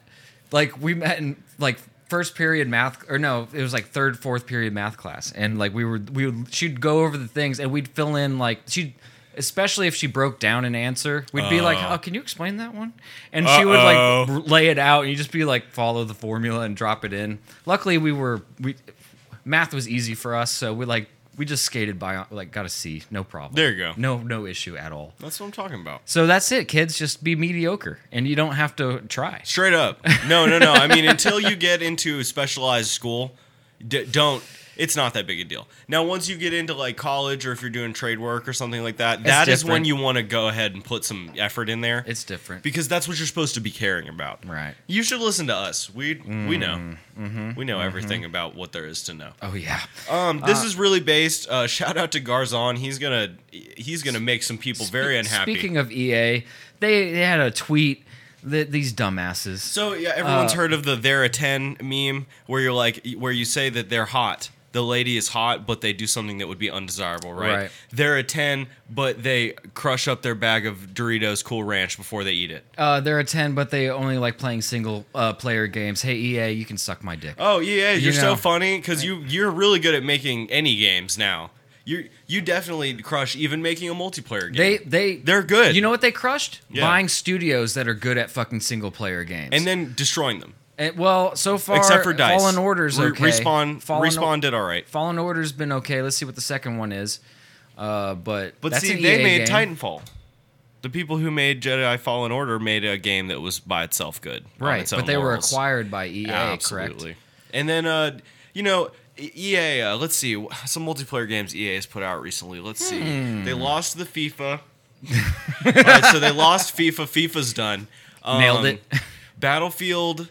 [SPEAKER 1] Like we met in like first period math, or no, it was like third, fourth period math class, and like we were we would, she'd go over the things, and we'd fill in like she. Especially if she broke down an answer, we'd be like, "Oh, can you explain that one?" And she would like
[SPEAKER 2] Uh-oh.
[SPEAKER 1] r- lay it out, and you just be like, "Follow the formula and drop it in." Luckily, we were we math was easy for us, so we like We just skated by, on- like, got a C, no problem.
[SPEAKER 2] There you go.
[SPEAKER 1] No, no issue at all.
[SPEAKER 2] That's what I'm talking about.
[SPEAKER 1] So that's it, kids. Just be mediocre, and you don't have to try.
[SPEAKER 2] Straight up. No, no, no. I mean, until you get into a specialized school, d- don't. It's not that big a deal. Now, once you get into like college or if you're doing trade work or something like that, that is when
[SPEAKER 1] different.
[SPEAKER 2] you want to go ahead and put some effort in there.
[SPEAKER 1] It's different.
[SPEAKER 2] because that's what you're supposed to be caring about.
[SPEAKER 1] Right. Mm-hmm.
[SPEAKER 2] You should listen to us. We we know. we know everything about what there is to know.
[SPEAKER 1] oh yeah.
[SPEAKER 2] Um, this is really based. Uh, shout out to Garzon. He's gonna he's gonna make some people very unhappy.
[SPEAKER 1] Speaking of EA, they, they had a tweet that these dumbasses.
[SPEAKER 2] So yeah, everyone's heard of the "they're a ten meme, where you're like, where you say that they're hot. The lady is hot, but they do something that would be undesirable, right?
[SPEAKER 1] Right.
[SPEAKER 2] They're a ten, but they crush up their bag of Doritos Cool Ranch before they eat it.
[SPEAKER 1] uh, they're a ten, but they only like playing single uh, player games. Hey EA, you can suck my dick.
[SPEAKER 2] Oh yeah, you're
[SPEAKER 1] know.
[SPEAKER 2] so funny because you you're really good at making any games now. You you definitely crush even making a multiplayer game.
[SPEAKER 1] They they
[SPEAKER 2] They're good.
[SPEAKER 1] You know what they crushed?
[SPEAKER 2] Yeah.
[SPEAKER 1] Buying studios that are good at fucking single player games.
[SPEAKER 2] and then destroying them,
[SPEAKER 1] And- Eh, well, so far,
[SPEAKER 2] except for Dice.
[SPEAKER 1] Fallen Orders
[SPEAKER 2] Re-
[SPEAKER 1] okay.
[SPEAKER 2] Respawn
[SPEAKER 1] Fallen
[SPEAKER 2] Respawn did all right,
[SPEAKER 1] Fallen Order's been okay. Let's see what the second one is. Uh, but
[SPEAKER 2] but
[SPEAKER 1] that's
[SPEAKER 2] see
[SPEAKER 1] an
[SPEAKER 2] they
[SPEAKER 1] EA
[SPEAKER 2] made
[SPEAKER 1] game.
[SPEAKER 2] Titanfall. The people who made Jedi Fallen Order made a game that was by itself good, on
[SPEAKER 1] right?
[SPEAKER 2] its own
[SPEAKER 1] But they
[SPEAKER 2] morals.
[SPEAKER 1] were acquired by EA, correct?
[SPEAKER 2] And then uh, you know. E- EA, uh, let's see wh- some multiplayer games EA has put out recently. Let's see,
[SPEAKER 1] Hmm.
[SPEAKER 2] they lost
[SPEAKER 1] <laughs>
[SPEAKER 2] the FIFA. All right, so they lost FIFA. FIFA's done. Um,
[SPEAKER 1] Nailed it.
[SPEAKER 2] Battlefield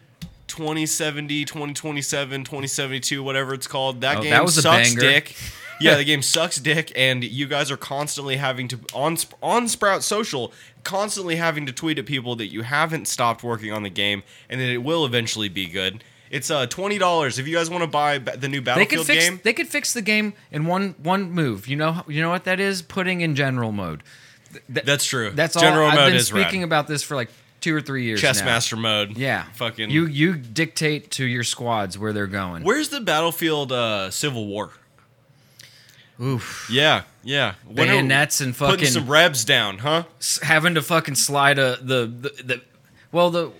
[SPEAKER 2] 2070, 2027, 2072, whatever it's called. That
[SPEAKER 1] Oh,
[SPEAKER 2] game
[SPEAKER 1] that was a
[SPEAKER 2] sucks
[SPEAKER 1] banger.
[SPEAKER 2] dick. <laughs> Yeah, the game sucks dick, and you guys are constantly having to on Sp- on Sprout Social, constantly having to tweet at people that you haven't stopped working on the game, and that it will eventually be good. It's uh twenty dollars if you guys want to buy ba- the new
[SPEAKER 1] They could
[SPEAKER 2] Battlefield
[SPEAKER 1] fix.
[SPEAKER 2] game.
[SPEAKER 1] They could fix the game in one one move. You know. You know what that is? Putting in general mode. Th- th-
[SPEAKER 2] That's true.
[SPEAKER 1] That's all.
[SPEAKER 2] General
[SPEAKER 1] I've
[SPEAKER 2] mode
[SPEAKER 1] been
[SPEAKER 2] is rad.
[SPEAKER 1] speaking about this for like two or three years.
[SPEAKER 2] Chess
[SPEAKER 1] now.
[SPEAKER 2] master mode.
[SPEAKER 1] Yeah.
[SPEAKER 2] fucking.
[SPEAKER 1] You you dictate to your squads where they're going.
[SPEAKER 2] Where's the Battlefield uh, Civil War?
[SPEAKER 1] Oof.
[SPEAKER 2] Yeah, yeah. When are-
[SPEAKER 1] Bayonets and
[SPEAKER 2] putting
[SPEAKER 1] fucking
[SPEAKER 2] some rebs down, huh?
[SPEAKER 1] s- having to fucking slide a the the, the well the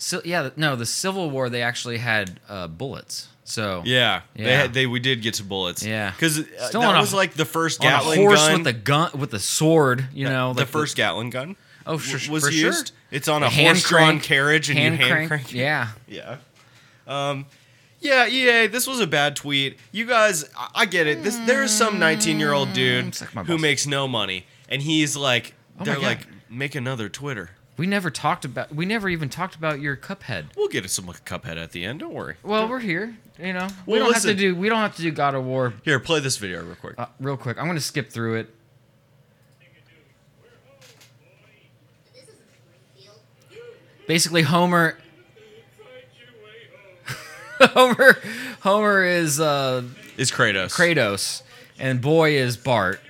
[SPEAKER 1] so, yeah no the Civil War they actually had uh, bullets so
[SPEAKER 2] Yeah, they
[SPEAKER 1] Yeah.
[SPEAKER 2] had, they we did get to bullets.
[SPEAKER 1] Yeah.
[SPEAKER 2] because uh,
[SPEAKER 1] Still
[SPEAKER 2] that
[SPEAKER 1] on a-
[SPEAKER 2] was like the first
[SPEAKER 1] on a
[SPEAKER 2] Gatling
[SPEAKER 1] horse
[SPEAKER 2] gun.
[SPEAKER 1] with a gun with a sword you know
[SPEAKER 2] the
[SPEAKER 1] like
[SPEAKER 2] first Gatling gun.
[SPEAKER 1] Oh,
[SPEAKER 2] w-
[SPEAKER 1] sure-
[SPEAKER 2] was
[SPEAKER 1] for sure.
[SPEAKER 2] used. It's on a
[SPEAKER 1] hand
[SPEAKER 2] horse-drawn
[SPEAKER 1] crank-
[SPEAKER 2] carriage, and
[SPEAKER 1] hand
[SPEAKER 2] you hand
[SPEAKER 1] crank,
[SPEAKER 2] crank.
[SPEAKER 1] yeah
[SPEAKER 2] <laughs> Yeah. Um, yeah, EA, this was a bad tweet. You guys, I, I get it. This there is some 19 year old dude
[SPEAKER 1] Hmm, suck my
[SPEAKER 2] who
[SPEAKER 1] balls.
[SPEAKER 2] makes no money, and he's like,
[SPEAKER 1] Oh my
[SPEAKER 2] they're
[SPEAKER 1] God.
[SPEAKER 2] like, make another Twitter.
[SPEAKER 1] we never talked about we never even talked about your Cuphead
[SPEAKER 2] We'll get some Cuphead at the end. Don't worry.
[SPEAKER 1] well we're here you know we
[SPEAKER 2] Well,
[SPEAKER 1] don't
[SPEAKER 2] listen.
[SPEAKER 1] have to do we don't have to do God of War
[SPEAKER 2] Here, play this video real quick.
[SPEAKER 1] uh, real quick I'm gonna skip through it basically Homer. <laughs> Homer, Homer is uh,
[SPEAKER 2] it's Kratos.
[SPEAKER 1] Kratos, and boy is Bart.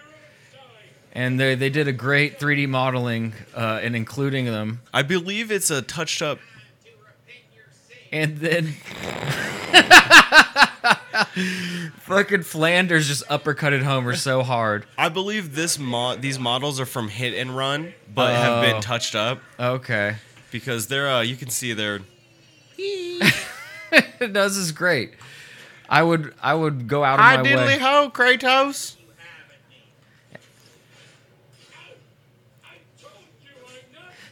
[SPEAKER 1] And they they did a great 3D modeling uh, and including them.
[SPEAKER 2] I believe it's a touched up.
[SPEAKER 1] And then <laughs> fucking Flanders just uppercutted Homer so hard.
[SPEAKER 2] I believe this mo- these models are from Hit and Run, but have been
[SPEAKER 1] Oh.
[SPEAKER 2] touched up
[SPEAKER 1] Okay,
[SPEAKER 2] because they're. Uh, you can see they're.
[SPEAKER 1] no, this is great. I would I would go out of my way.
[SPEAKER 2] ho, Kratos.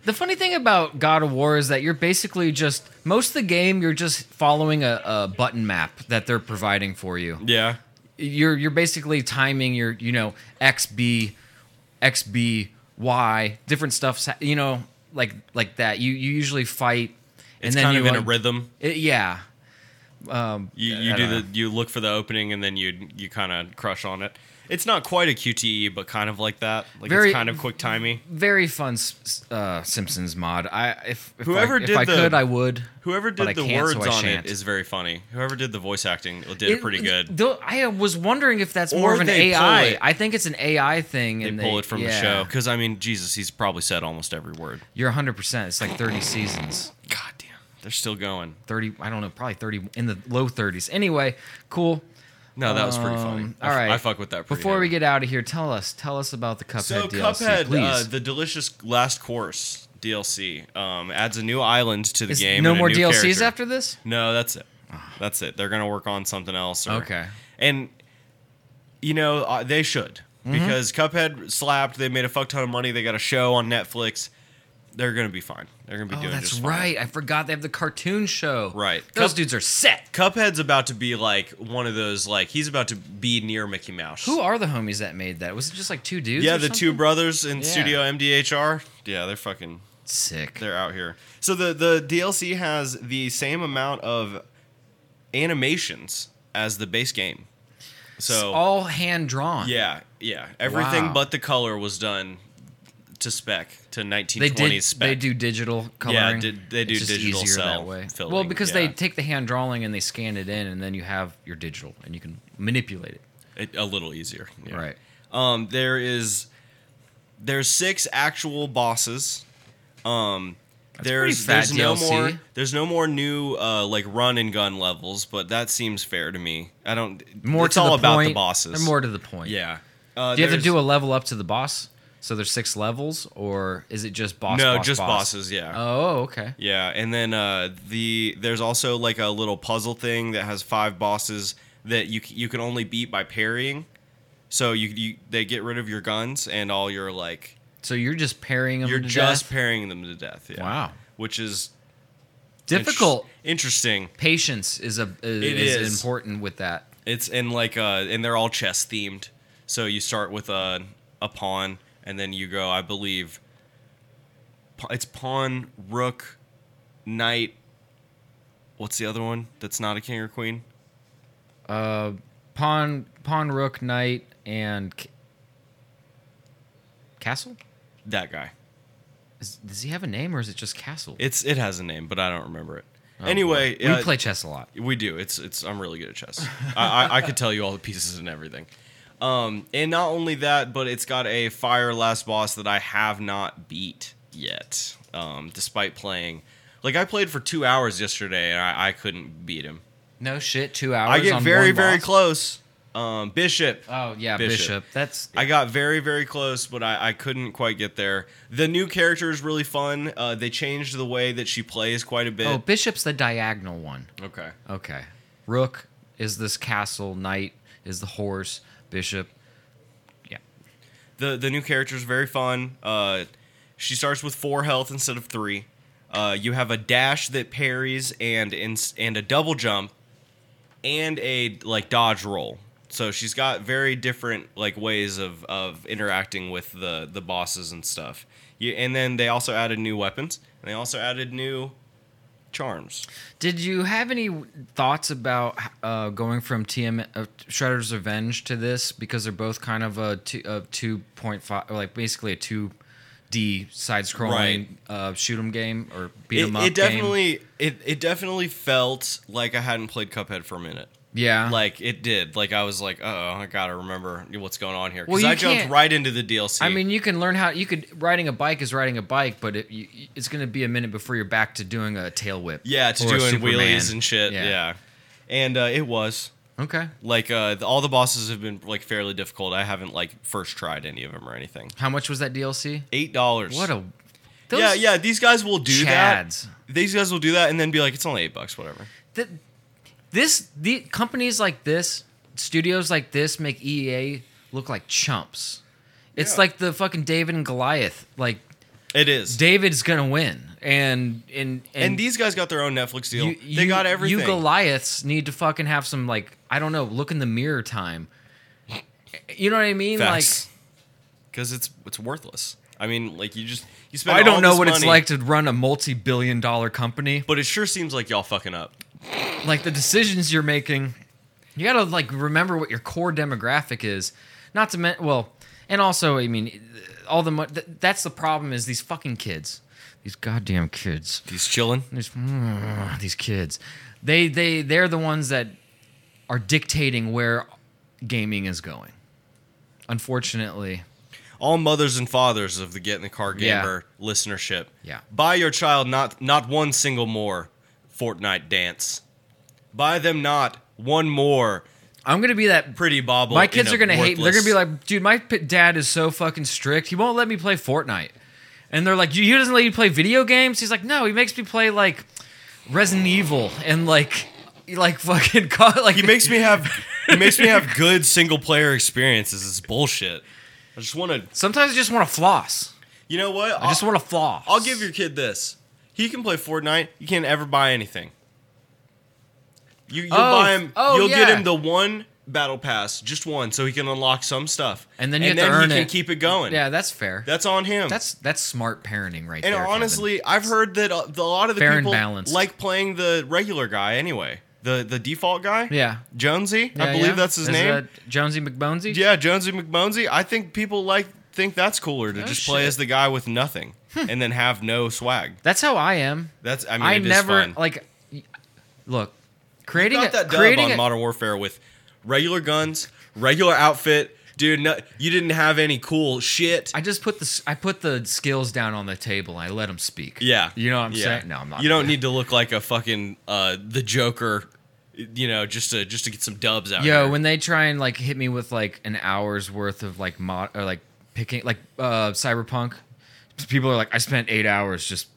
[SPEAKER 1] The funny thing about God of War is that you're basically just most of the game you're just following a, a button map that they're providing for you.
[SPEAKER 2] Yeah.
[SPEAKER 1] You're you're basically timing your you know X B X B Y different stuff sa- you know like like that. You you usually fight and
[SPEAKER 2] It's
[SPEAKER 1] then
[SPEAKER 2] kind
[SPEAKER 1] you
[SPEAKER 2] of in a
[SPEAKER 1] like-
[SPEAKER 2] rhythm.
[SPEAKER 1] it- yeah. Um,
[SPEAKER 2] You, you
[SPEAKER 1] I
[SPEAKER 2] do
[SPEAKER 1] dunno.
[SPEAKER 2] the you look for the opening and then you you kind of crush on it. It's not quite a QTE, but kind of like that. Like
[SPEAKER 1] Very-
[SPEAKER 2] it's kind of quick timey.
[SPEAKER 1] Very fun s- uh, Simpsons mod. I if, if
[SPEAKER 2] Whoever
[SPEAKER 1] I, if
[SPEAKER 2] did
[SPEAKER 1] I
[SPEAKER 2] the-
[SPEAKER 1] could I would.
[SPEAKER 2] Whoever
[SPEAKER 1] but I
[SPEAKER 2] did the
[SPEAKER 1] can't,
[SPEAKER 2] words
[SPEAKER 1] so I
[SPEAKER 2] on
[SPEAKER 1] shan't.
[SPEAKER 2] it is very funny. Whoever did the voice acting did it, pretty good.
[SPEAKER 1] Though I was wondering if that's more
[SPEAKER 2] Or
[SPEAKER 1] of an
[SPEAKER 2] they pull
[SPEAKER 1] AI.
[SPEAKER 2] it.
[SPEAKER 1] I think it's an AI thing.
[SPEAKER 2] They
[SPEAKER 1] and
[SPEAKER 2] pull it from the
[SPEAKER 1] yeah.
[SPEAKER 2] show because I mean, Jesus, he's probably said almost every word.
[SPEAKER 1] You're 100. percent It's like 30 seasons.
[SPEAKER 2] God damn, they're still going.
[SPEAKER 1] 30. I don't know. Probably 30 in the low 30s. Anyway, cool.
[SPEAKER 2] No, that was pretty funny.
[SPEAKER 1] Um,
[SPEAKER 2] I
[SPEAKER 1] all
[SPEAKER 2] f-
[SPEAKER 1] right.
[SPEAKER 2] I fuck with that. pretty
[SPEAKER 1] Before we
[SPEAKER 2] heavy.
[SPEAKER 1] get out of here, tell us. Tell us about the Cuphead
[SPEAKER 2] So
[SPEAKER 1] DLC,
[SPEAKER 2] Cuphead, uh,
[SPEAKER 1] please.
[SPEAKER 2] the delicious last course DLC, um, adds a new island to the
[SPEAKER 1] Is
[SPEAKER 2] game.
[SPEAKER 1] no
[SPEAKER 2] and a
[SPEAKER 1] more
[SPEAKER 2] new
[SPEAKER 1] DLCs
[SPEAKER 2] character.
[SPEAKER 1] after this.
[SPEAKER 2] No, that's it. That's it. They're gonna work on something else. Or,
[SPEAKER 1] Okay.
[SPEAKER 2] And you know uh, they should
[SPEAKER 1] Mm-hmm.
[SPEAKER 2] because Cuphead slapped. They made a fuck ton of money. They got a show on Netflix. They're gonna be fine. They're gonna be
[SPEAKER 1] Oh,
[SPEAKER 2] doing
[SPEAKER 1] that's
[SPEAKER 2] just fine.
[SPEAKER 1] right. I forgot they have the cartoon show.
[SPEAKER 2] Right.
[SPEAKER 1] Those
[SPEAKER 2] Cup-
[SPEAKER 1] dudes are set.
[SPEAKER 2] Cuphead's about to be like one of those like he's about to be near Mickey Mouse.
[SPEAKER 1] Who are the homies that made that? Was it just like two dudes?
[SPEAKER 2] yeah,
[SPEAKER 1] or
[SPEAKER 2] the two
[SPEAKER 1] something?
[SPEAKER 2] brothers in
[SPEAKER 1] Yeah.
[SPEAKER 2] Studio MDHR. Yeah, they're fucking
[SPEAKER 1] Sick.
[SPEAKER 2] they're out here. So the the DLC has the same amount of animations as the base game.
[SPEAKER 1] It's
[SPEAKER 2] So
[SPEAKER 1] all hand drawn.
[SPEAKER 2] yeah, yeah, everything
[SPEAKER 1] Wow.
[SPEAKER 2] but the color was done to spec to
[SPEAKER 1] They
[SPEAKER 2] 1920s
[SPEAKER 1] did.
[SPEAKER 2] spec.
[SPEAKER 1] They do digital
[SPEAKER 2] Yeah,
[SPEAKER 1] coloring.
[SPEAKER 2] did- they
[SPEAKER 1] It's
[SPEAKER 2] do
[SPEAKER 1] just
[SPEAKER 2] digital
[SPEAKER 1] easier
[SPEAKER 2] cell
[SPEAKER 1] that way.
[SPEAKER 2] filling,
[SPEAKER 1] well, because they
[SPEAKER 2] yeah.
[SPEAKER 1] take the hand drawing and they scan it in, and then you have your digital, and you can manipulate it.
[SPEAKER 2] It- a little easier. yeah.
[SPEAKER 1] Right.
[SPEAKER 2] Um, there is there's six actual bosses. Um, there's
[SPEAKER 1] pretty fat
[SPEAKER 2] there's no
[SPEAKER 1] DLC.
[SPEAKER 2] more there's no more new uh, like run and gun levels, but that seems fair to me. I don't.
[SPEAKER 1] More
[SPEAKER 2] it's
[SPEAKER 1] to
[SPEAKER 2] all
[SPEAKER 1] the
[SPEAKER 2] about
[SPEAKER 1] point,
[SPEAKER 2] the bosses.
[SPEAKER 1] They're more to the point.
[SPEAKER 2] yeah. Uh,
[SPEAKER 1] Do you have to
[SPEAKER 2] there's-
[SPEAKER 1] do a level up to the boss? So there's six levels, or is it just boss?
[SPEAKER 2] no,
[SPEAKER 1] boss,
[SPEAKER 2] just
[SPEAKER 1] boss?
[SPEAKER 2] bosses. Yeah.
[SPEAKER 1] Oh, okay.
[SPEAKER 2] Yeah, and then uh, the there's also like a little puzzle thing that has five bosses that you c- you can only beat by parrying. So you, you they get rid of your guns and all your like
[SPEAKER 1] So you're just pairing them.
[SPEAKER 2] you're
[SPEAKER 1] to
[SPEAKER 2] just
[SPEAKER 1] death?
[SPEAKER 2] parrying them to death. Yeah.
[SPEAKER 1] Wow.
[SPEAKER 2] Which is inter-
[SPEAKER 1] difficult.
[SPEAKER 2] interesting.
[SPEAKER 1] Patience is a uh, is,
[SPEAKER 2] is.
[SPEAKER 1] important with that.
[SPEAKER 2] It's in like uh and they're all chess themed. So you start with a a pawn and then you go I believe pa- it's pawn, rook, knight. What's the other one that's not a king or queen?
[SPEAKER 1] Uh, pawn, pawn, rook, knight, and ca- castle.
[SPEAKER 2] That guy.
[SPEAKER 1] Is, does he have a name or is it just castle?
[SPEAKER 2] It's it has a name, but I don't remember it.
[SPEAKER 1] Oh,
[SPEAKER 2] anyway,
[SPEAKER 1] boy. we
[SPEAKER 2] uh,
[SPEAKER 1] play chess a lot.
[SPEAKER 2] We do. It's it's. I'm really good at chess. <laughs> I, I I could tell you all the pieces and everything. Um, and not only that, but it's got a fire last boss that I have not beat yet. Um, despite playing, like I played for two hours yesterday and I, I couldn't beat him.
[SPEAKER 1] No shit, two hours.
[SPEAKER 2] I get
[SPEAKER 1] on
[SPEAKER 2] very
[SPEAKER 1] one
[SPEAKER 2] very
[SPEAKER 1] boss?
[SPEAKER 2] close. Um, Bishop.
[SPEAKER 1] Oh yeah, bishop.
[SPEAKER 2] Bishop.
[SPEAKER 1] That's
[SPEAKER 2] I got very, very close, but I, I couldn't quite get there. The new character is really fun. Uh, they changed the way that she plays quite a bit.
[SPEAKER 1] oh, bishop's the diagonal one.
[SPEAKER 2] Okay.
[SPEAKER 1] Okay, rook is this castle, knight is the horse, bishop. Yeah,
[SPEAKER 2] the the new character is very fun. Uh, she starts with four health instead of three. Uh, you have a dash that parries and ins- and a double jump and a like dodge roll. So she's got very different like ways of of interacting with the the bosses and stuff. You, and then they also added new weapons. And they also added new charms.
[SPEAKER 1] Did you have any thoughts about uh, going from TM uh, Shredder's Revenge to this because they're both kind of a two, a two point five, or like basically a two D side scrolling
[SPEAKER 2] Right.
[SPEAKER 1] uh, shoot 'em game or beat 'em
[SPEAKER 2] it,
[SPEAKER 1] up?
[SPEAKER 2] it
[SPEAKER 1] game?
[SPEAKER 2] definitely it, it definitely felt like I hadn't played Cuphead for a minute.
[SPEAKER 1] yeah.
[SPEAKER 2] like it did. Like I was like, oh, I gotta remember what's going on here
[SPEAKER 1] Well,
[SPEAKER 2] because
[SPEAKER 1] you
[SPEAKER 2] I jumped
[SPEAKER 1] can't-
[SPEAKER 2] right into the DLC.
[SPEAKER 1] I mean, you can learn how you could riding a bike is riding a bike, but it, you, it's going to be a minute before you're back to doing a tail whip.
[SPEAKER 2] yeah, it's
[SPEAKER 1] or a
[SPEAKER 2] doing
[SPEAKER 1] Superman.
[SPEAKER 2] wheelies and shit. Yeah, and uh, it was
[SPEAKER 1] Okay.
[SPEAKER 2] like uh, the, all the bosses have been like fairly difficult. I haven't like first tried any of them or anything.
[SPEAKER 1] How much was that DLC?
[SPEAKER 2] Eight dollars.
[SPEAKER 1] What a
[SPEAKER 2] yeah, yeah. These guys will do
[SPEAKER 1] Chads.
[SPEAKER 2] that. These guys will do that and then be like, it's only eight bucks, whatever.
[SPEAKER 1] th- this the companies like this, studios like this make EA look like chumps. It's
[SPEAKER 2] Yeah.
[SPEAKER 1] like the fucking David and Goliath. Like
[SPEAKER 2] It is.
[SPEAKER 1] David's gonna win, and and and,
[SPEAKER 2] and these guys got their own Netflix deal.
[SPEAKER 1] you-
[SPEAKER 2] they
[SPEAKER 1] you-
[SPEAKER 2] got everything.
[SPEAKER 1] You Goliaths need to fucking have some like I don't know, look in the mirror time. You know what I mean?
[SPEAKER 2] Facts. because it's it's worthless. I mean, like you just you
[SPEAKER 1] Like
[SPEAKER 2] spend.
[SPEAKER 1] I
[SPEAKER 2] all
[SPEAKER 1] don't know
[SPEAKER 2] this
[SPEAKER 1] what it's
[SPEAKER 2] money,
[SPEAKER 1] like to run a multi-billion dollar company.
[SPEAKER 2] but it sure seems like y'all fucking up.
[SPEAKER 1] like the decisions you're making you gotta like remember what your core demographic is not to men well and also i mean all the mo- th- that's the problem is these fucking kids these goddamn kids
[SPEAKER 2] He's chilling.
[SPEAKER 1] these, <sighs> these kids they they they're the ones that are dictating where gaming is going unfortunately
[SPEAKER 2] all mothers and fathers of the Get in the Car
[SPEAKER 1] Yeah.
[SPEAKER 2] Gamer listenership.
[SPEAKER 1] Yeah.
[SPEAKER 2] Buy your child not not one single more Fortnite dance. Buy them not one more
[SPEAKER 1] i'm gonna be that
[SPEAKER 2] pretty bobble.
[SPEAKER 1] my kids
[SPEAKER 2] in a
[SPEAKER 1] are gonna hate. They're
[SPEAKER 2] worthless-
[SPEAKER 1] gonna be like, dude, my p- dad is so fucking strict. He won't let me play Fortnite. And they're like, he doesn't let you play video games. He's like, no, he makes me play like Resident Evil and like, like fucking, <laughs> co- like
[SPEAKER 2] He makes me have It makes me have good single player experiences. It's bullshit. I just want to.
[SPEAKER 1] Sometimes I just want to floss.
[SPEAKER 2] You know what?
[SPEAKER 1] I just want to floss.
[SPEAKER 2] I'll give your kid this. He can play Fortnite. You can't ever buy anything. You you'll
[SPEAKER 1] Oh,
[SPEAKER 2] buy him.
[SPEAKER 1] oh,
[SPEAKER 2] you'll
[SPEAKER 1] yeah.
[SPEAKER 2] get him the one battle pass, just one, so he can unlock some stuff.
[SPEAKER 1] And then you have to
[SPEAKER 2] then
[SPEAKER 1] earn
[SPEAKER 2] he
[SPEAKER 1] it.
[SPEAKER 2] can keep it
[SPEAKER 1] <laughs>
[SPEAKER 2] going.
[SPEAKER 1] Yeah, that's fair.
[SPEAKER 2] that's on him.
[SPEAKER 1] that's that's smart parenting right
[SPEAKER 2] and
[SPEAKER 1] there. Kevin.
[SPEAKER 2] honestly, I've heard that uh, the- a lot of the
[SPEAKER 1] Fair and
[SPEAKER 2] people
[SPEAKER 1] balanced.
[SPEAKER 2] like playing the regular guy anyway. The the default guy.
[SPEAKER 1] yeah.
[SPEAKER 2] Jonesy.
[SPEAKER 1] Yeah,
[SPEAKER 2] I believe
[SPEAKER 1] yeah.
[SPEAKER 2] that's his
[SPEAKER 1] Is
[SPEAKER 2] name.
[SPEAKER 1] that Jonesy McBonesy.
[SPEAKER 2] Yeah, Jonesy McBonesy. I think people like think that's cooler to
[SPEAKER 1] Oh,
[SPEAKER 2] just play
[SPEAKER 1] shit. Hmm.
[SPEAKER 2] as the guy with nothing and then have no swag.
[SPEAKER 1] that's how I am.
[SPEAKER 2] That's I
[SPEAKER 1] I,
[SPEAKER 2] mean it is
[SPEAKER 1] never
[SPEAKER 2] fun.
[SPEAKER 1] like. y- Look, creating
[SPEAKER 2] got
[SPEAKER 1] a,
[SPEAKER 2] that dub
[SPEAKER 1] creating
[SPEAKER 2] on
[SPEAKER 1] a-
[SPEAKER 2] Modern Warfare with regular guns, regular outfit, dude. No, you didn't have any cool shit.
[SPEAKER 1] I just put the s- I put the skills down on the table. and I let them speak.
[SPEAKER 2] yeah,
[SPEAKER 1] you know what I'm
[SPEAKER 2] Yeah.
[SPEAKER 1] saying. No, I'm not.
[SPEAKER 2] You don't
[SPEAKER 1] gonna-
[SPEAKER 2] need to look like a fucking uh, the Joker, you know, just to just to get some dubs out.
[SPEAKER 1] Yo,
[SPEAKER 2] here.
[SPEAKER 1] when they try and like hit me with like an hour's worth of like mod or like picking like uh cyberpunk, people are like, I spent eight hours just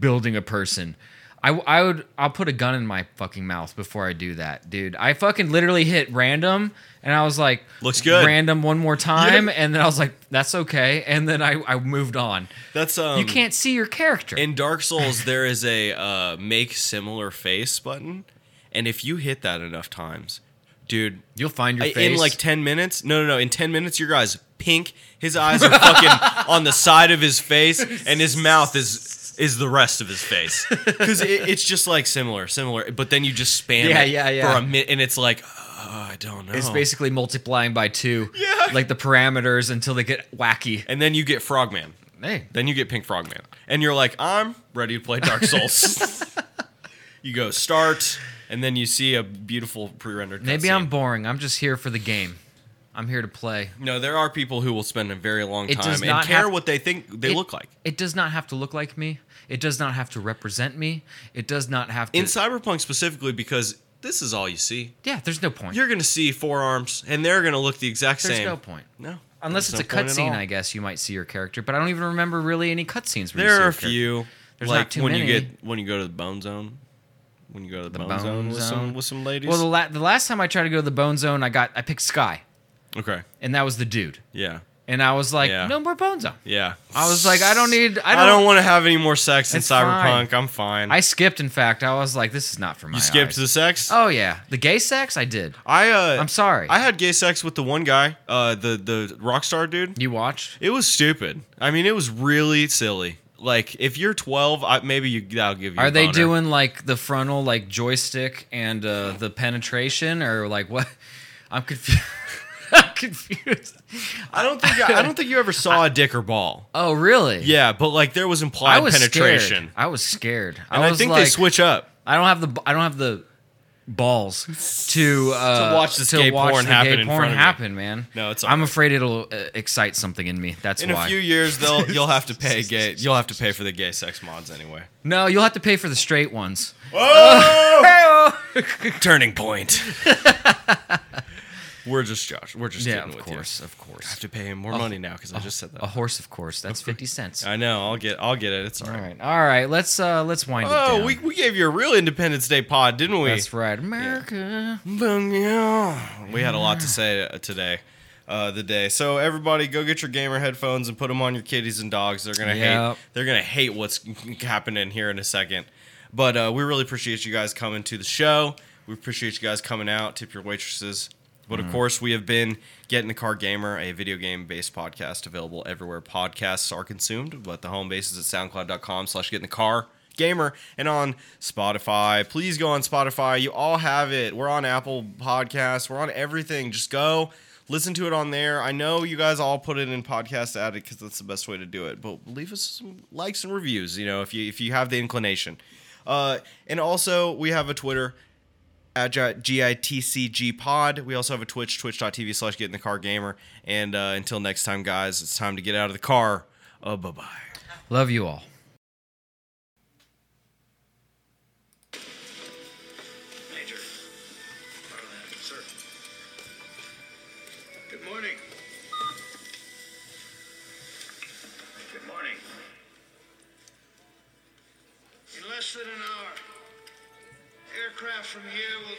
[SPEAKER 1] building a person. I, w- I would I'll put a gun in my fucking mouth before I do that, dude. I fucking literally hit random, and I was like,
[SPEAKER 2] Looks good.
[SPEAKER 1] Random one more time,
[SPEAKER 2] Yeah.
[SPEAKER 1] and then I was like, that's okay, and then I I moved on.
[SPEAKER 2] that's um,
[SPEAKER 1] you can't see your character.
[SPEAKER 2] In Dark Souls, there is a uh, make similar face button, and if you hit that enough times, dude,
[SPEAKER 1] You'll find your
[SPEAKER 2] I-
[SPEAKER 1] face
[SPEAKER 2] in like ten minutes. No, no, no. In ten minutes, your guy's pink. His eyes are
[SPEAKER 1] <laughs>
[SPEAKER 2] fucking on the side of his face, and his mouth is is the rest of
[SPEAKER 1] <laughs>
[SPEAKER 2] his face because it, it's just like similar, similar. But then you just spam
[SPEAKER 1] Yeah,
[SPEAKER 2] it
[SPEAKER 1] yeah, yeah.
[SPEAKER 2] for a minute, and it's like oh, I don't know.
[SPEAKER 1] It's basically multiplying by two,
[SPEAKER 2] Yeah.
[SPEAKER 1] like the parameters until they get wacky.
[SPEAKER 2] and then you get Frogman.
[SPEAKER 1] Hey,
[SPEAKER 2] Then you get Pink Frogman, and you're like, I'm ready to play
[SPEAKER 1] <laughs>
[SPEAKER 2] Dark Souls. you go start, and then you see a beautiful pre-rendered.
[SPEAKER 1] maybe
[SPEAKER 2] cutscene.
[SPEAKER 1] I'm boring. I'm just here for the game. I'm here to play.
[SPEAKER 2] No, there are people who will spend a very long
[SPEAKER 1] It does
[SPEAKER 2] time and
[SPEAKER 1] not
[SPEAKER 2] care
[SPEAKER 1] have-
[SPEAKER 2] what they think they
[SPEAKER 1] It-
[SPEAKER 2] look like.
[SPEAKER 1] It does not have to look like me. It does not have to represent me. It does not have to.
[SPEAKER 2] In Cyberpunk specifically, because this is all you see.
[SPEAKER 1] yeah, there's no point.
[SPEAKER 2] You're gonna see forearms, and they're gonna look the exact
[SPEAKER 1] there's
[SPEAKER 2] same.
[SPEAKER 1] no point.
[SPEAKER 2] No,
[SPEAKER 1] Unless
[SPEAKER 2] there's
[SPEAKER 1] it's
[SPEAKER 2] no
[SPEAKER 1] a
[SPEAKER 2] point at
[SPEAKER 1] cutscene,
[SPEAKER 2] all.
[SPEAKER 1] I guess you might see your character, but I don't even remember really any cutscenes. where you see
[SPEAKER 2] There are
[SPEAKER 1] your
[SPEAKER 2] a few.
[SPEAKER 1] There's
[SPEAKER 2] like
[SPEAKER 1] not too
[SPEAKER 2] when
[SPEAKER 1] many.
[SPEAKER 2] you get when you go to the Bone Zone, when you go to the, bone,
[SPEAKER 1] Bone
[SPEAKER 2] zone, with
[SPEAKER 1] Zone.
[SPEAKER 2] some with some ladies.
[SPEAKER 1] character. Well, the, la- the last time I tried to go to the Bone Zone, I got I picked Sky,
[SPEAKER 2] okay,
[SPEAKER 1] and that was the dude,
[SPEAKER 2] yeah,
[SPEAKER 1] and I was like,
[SPEAKER 2] Yeah.
[SPEAKER 1] no more Bone Zone.
[SPEAKER 2] yeah.
[SPEAKER 1] I was like, I don't need. I don't.
[SPEAKER 2] I don't, want to have any more sex in
[SPEAKER 1] It's
[SPEAKER 2] Cyberpunk. I'm fine.
[SPEAKER 1] I skipped. In fact, I was like, this is not for my.
[SPEAKER 2] you skipped
[SPEAKER 1] eyes.
[SPEAKER 2] the sex.
[SPEAKER 1] Oh yeah, the gay sex. I did.
[SPEAKER 2] I uh,
[SPEAKER 1] I'm sorry.
[SPEAKER 2] I had gay sex with the one guy, uh, the the rock star dude.
[SPEAKER 1] You watched?
[SPEAKER 2] It was stupid. I mean, it was really silly. Like if you're 12, I, maybe you that'll give you.
[SPEAKER 1] Are
[SPEAKER 2] a
[SPEAKER 1] they
[SPEAKER 2] boner.
[SPEAKER 1] doing like the frontal, like joystick and uh, the penetration, or like what? <laughs> I'm confused. <laughs> I'm confused.
[SPEAKER 2] I don't think I don't think
[SPEAKER 1] <laughs>
[SPEAKER 2] you ever saw a dick or ball.
[SPEAKER 1] Oh really?
[SPEAKER 2] Yeah, but like there was implied
[SPEAKER 1] I was
[SPEAKER 2] penetration,
[SPEAKER 1] Scared. I was scared.
[SPEAKER 2] and
[SPEAKER 1] I
[SPEAKER 2] I,
[SPEAKER 1] was
[SPEAKER 2] think
[SPEAKER 1] like,
[SPEAKER 2] they switch up.
[SPEAKER 1] I don't have the. I don't have the
[SPEAKER 2] <laughs>
[SPEAKER 1] balls to uh,
[SPEAKER 2] watch this gay
[SPEAKER 1] watch
[SPEAKER 2] porn
[SPEAKER 1] the
[SPEAKER 2] happen
[SPEAKER 1] gay
[SPEAKER 2] in
[SPEAKER 1] porn
[SPEAKER 2] front of me.
[SPEAKER 1] happen, man.
[SPEAKER 2] No, it's all
[SPEAKER 1] I'm
[SPEAKER 2] right.
[SPEAKER 1] afraid it'll uh, excite something in me. That's
[SPEAKER 2] In
[SPEAKER 1] why.
[SPEAKER 2] a few
[SPEAKER 1] <laughs>
[SPEAKER 2] years, they'll you'll have to pay gay. You'll have to pay for the gay sex mods anyway.
[SPEAKER 1] no, you'll have to pay for the straight ones.
[SPEAKER 2] <laughs> Turning
[SPEAKER 1] <laughs>
[SPEAKER 2] point. We're just Josh. We're just
[SPEAKER 1] Yeah,
[SPEAKER 2] kidding
[SPEAKER 1] of
[SPEAKER 2] with
[SPEAKER 1] course, Oh,
[SPEAKER 2] you.
[SPEAKER 1] of course.
[SPEAKER 2] I have to pay him more money now because I just said that.
[SPEAKER 1] A horse, of course.
[SPEAKER 2] <laughs>
[SPEAKER 1] That's fifty cents.
[SPEAKER 2] I know. I'll get. I'll get it. It's all
[SPEAKER 1] All
[SPEAKER 2] right.
[SPEAKER 1] right, all right. Let's uh let's wind it
[SPEAKER 2] Oh,
[SPEAKER 1] down.
[SPEAKER 2] we, we gave you a real Independence Day pod, didn't we?
[SPEAKER 1] That's right, America.
[SPEAKER 2] Bung, yeah. We had a lot to say uh, today, uh, the day. So everybody, go get your gamer headphones and put them on your kitties and dogs. They're gonna
[SPEAKER 1] Yep.
[SPEAKER 2] hate. They're gonna hate what's <laughs> happening here in a second. But uh, we really appreciate you guys coming to the show. We appreciate you guys coming out. Tip your waitresses. But of course, we have been getting the car gamer, a video game based podcast available everywhere podcasts are consumed. But the home base is at soundcloud.com slash getting the car gamer and on Spotify. Please go on Spotify. You all have it. We're on Apple Podcasts. We're on everything. Just go listen to it on there. I know you guys all put it in Podcast Addict because that's the best way to do it. But leave us some likes and reviews. You know, if you if you have the inclination. Uh, and also we have a Twitter at GITCG pod. We also have a Twitch, twitch.tv slash get in the car gamer. And uh, until next time, guys, it's time to get out of the car. Uh, bye bye.
[SPEAKER 1] Love you all.
[SPEAKER 3] Major. Farland, sir. Good morning. Good morning. In less than an hour, aircraft from here will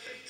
[SPEAKER 3] that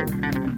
[SPEAKER 4] Thank you.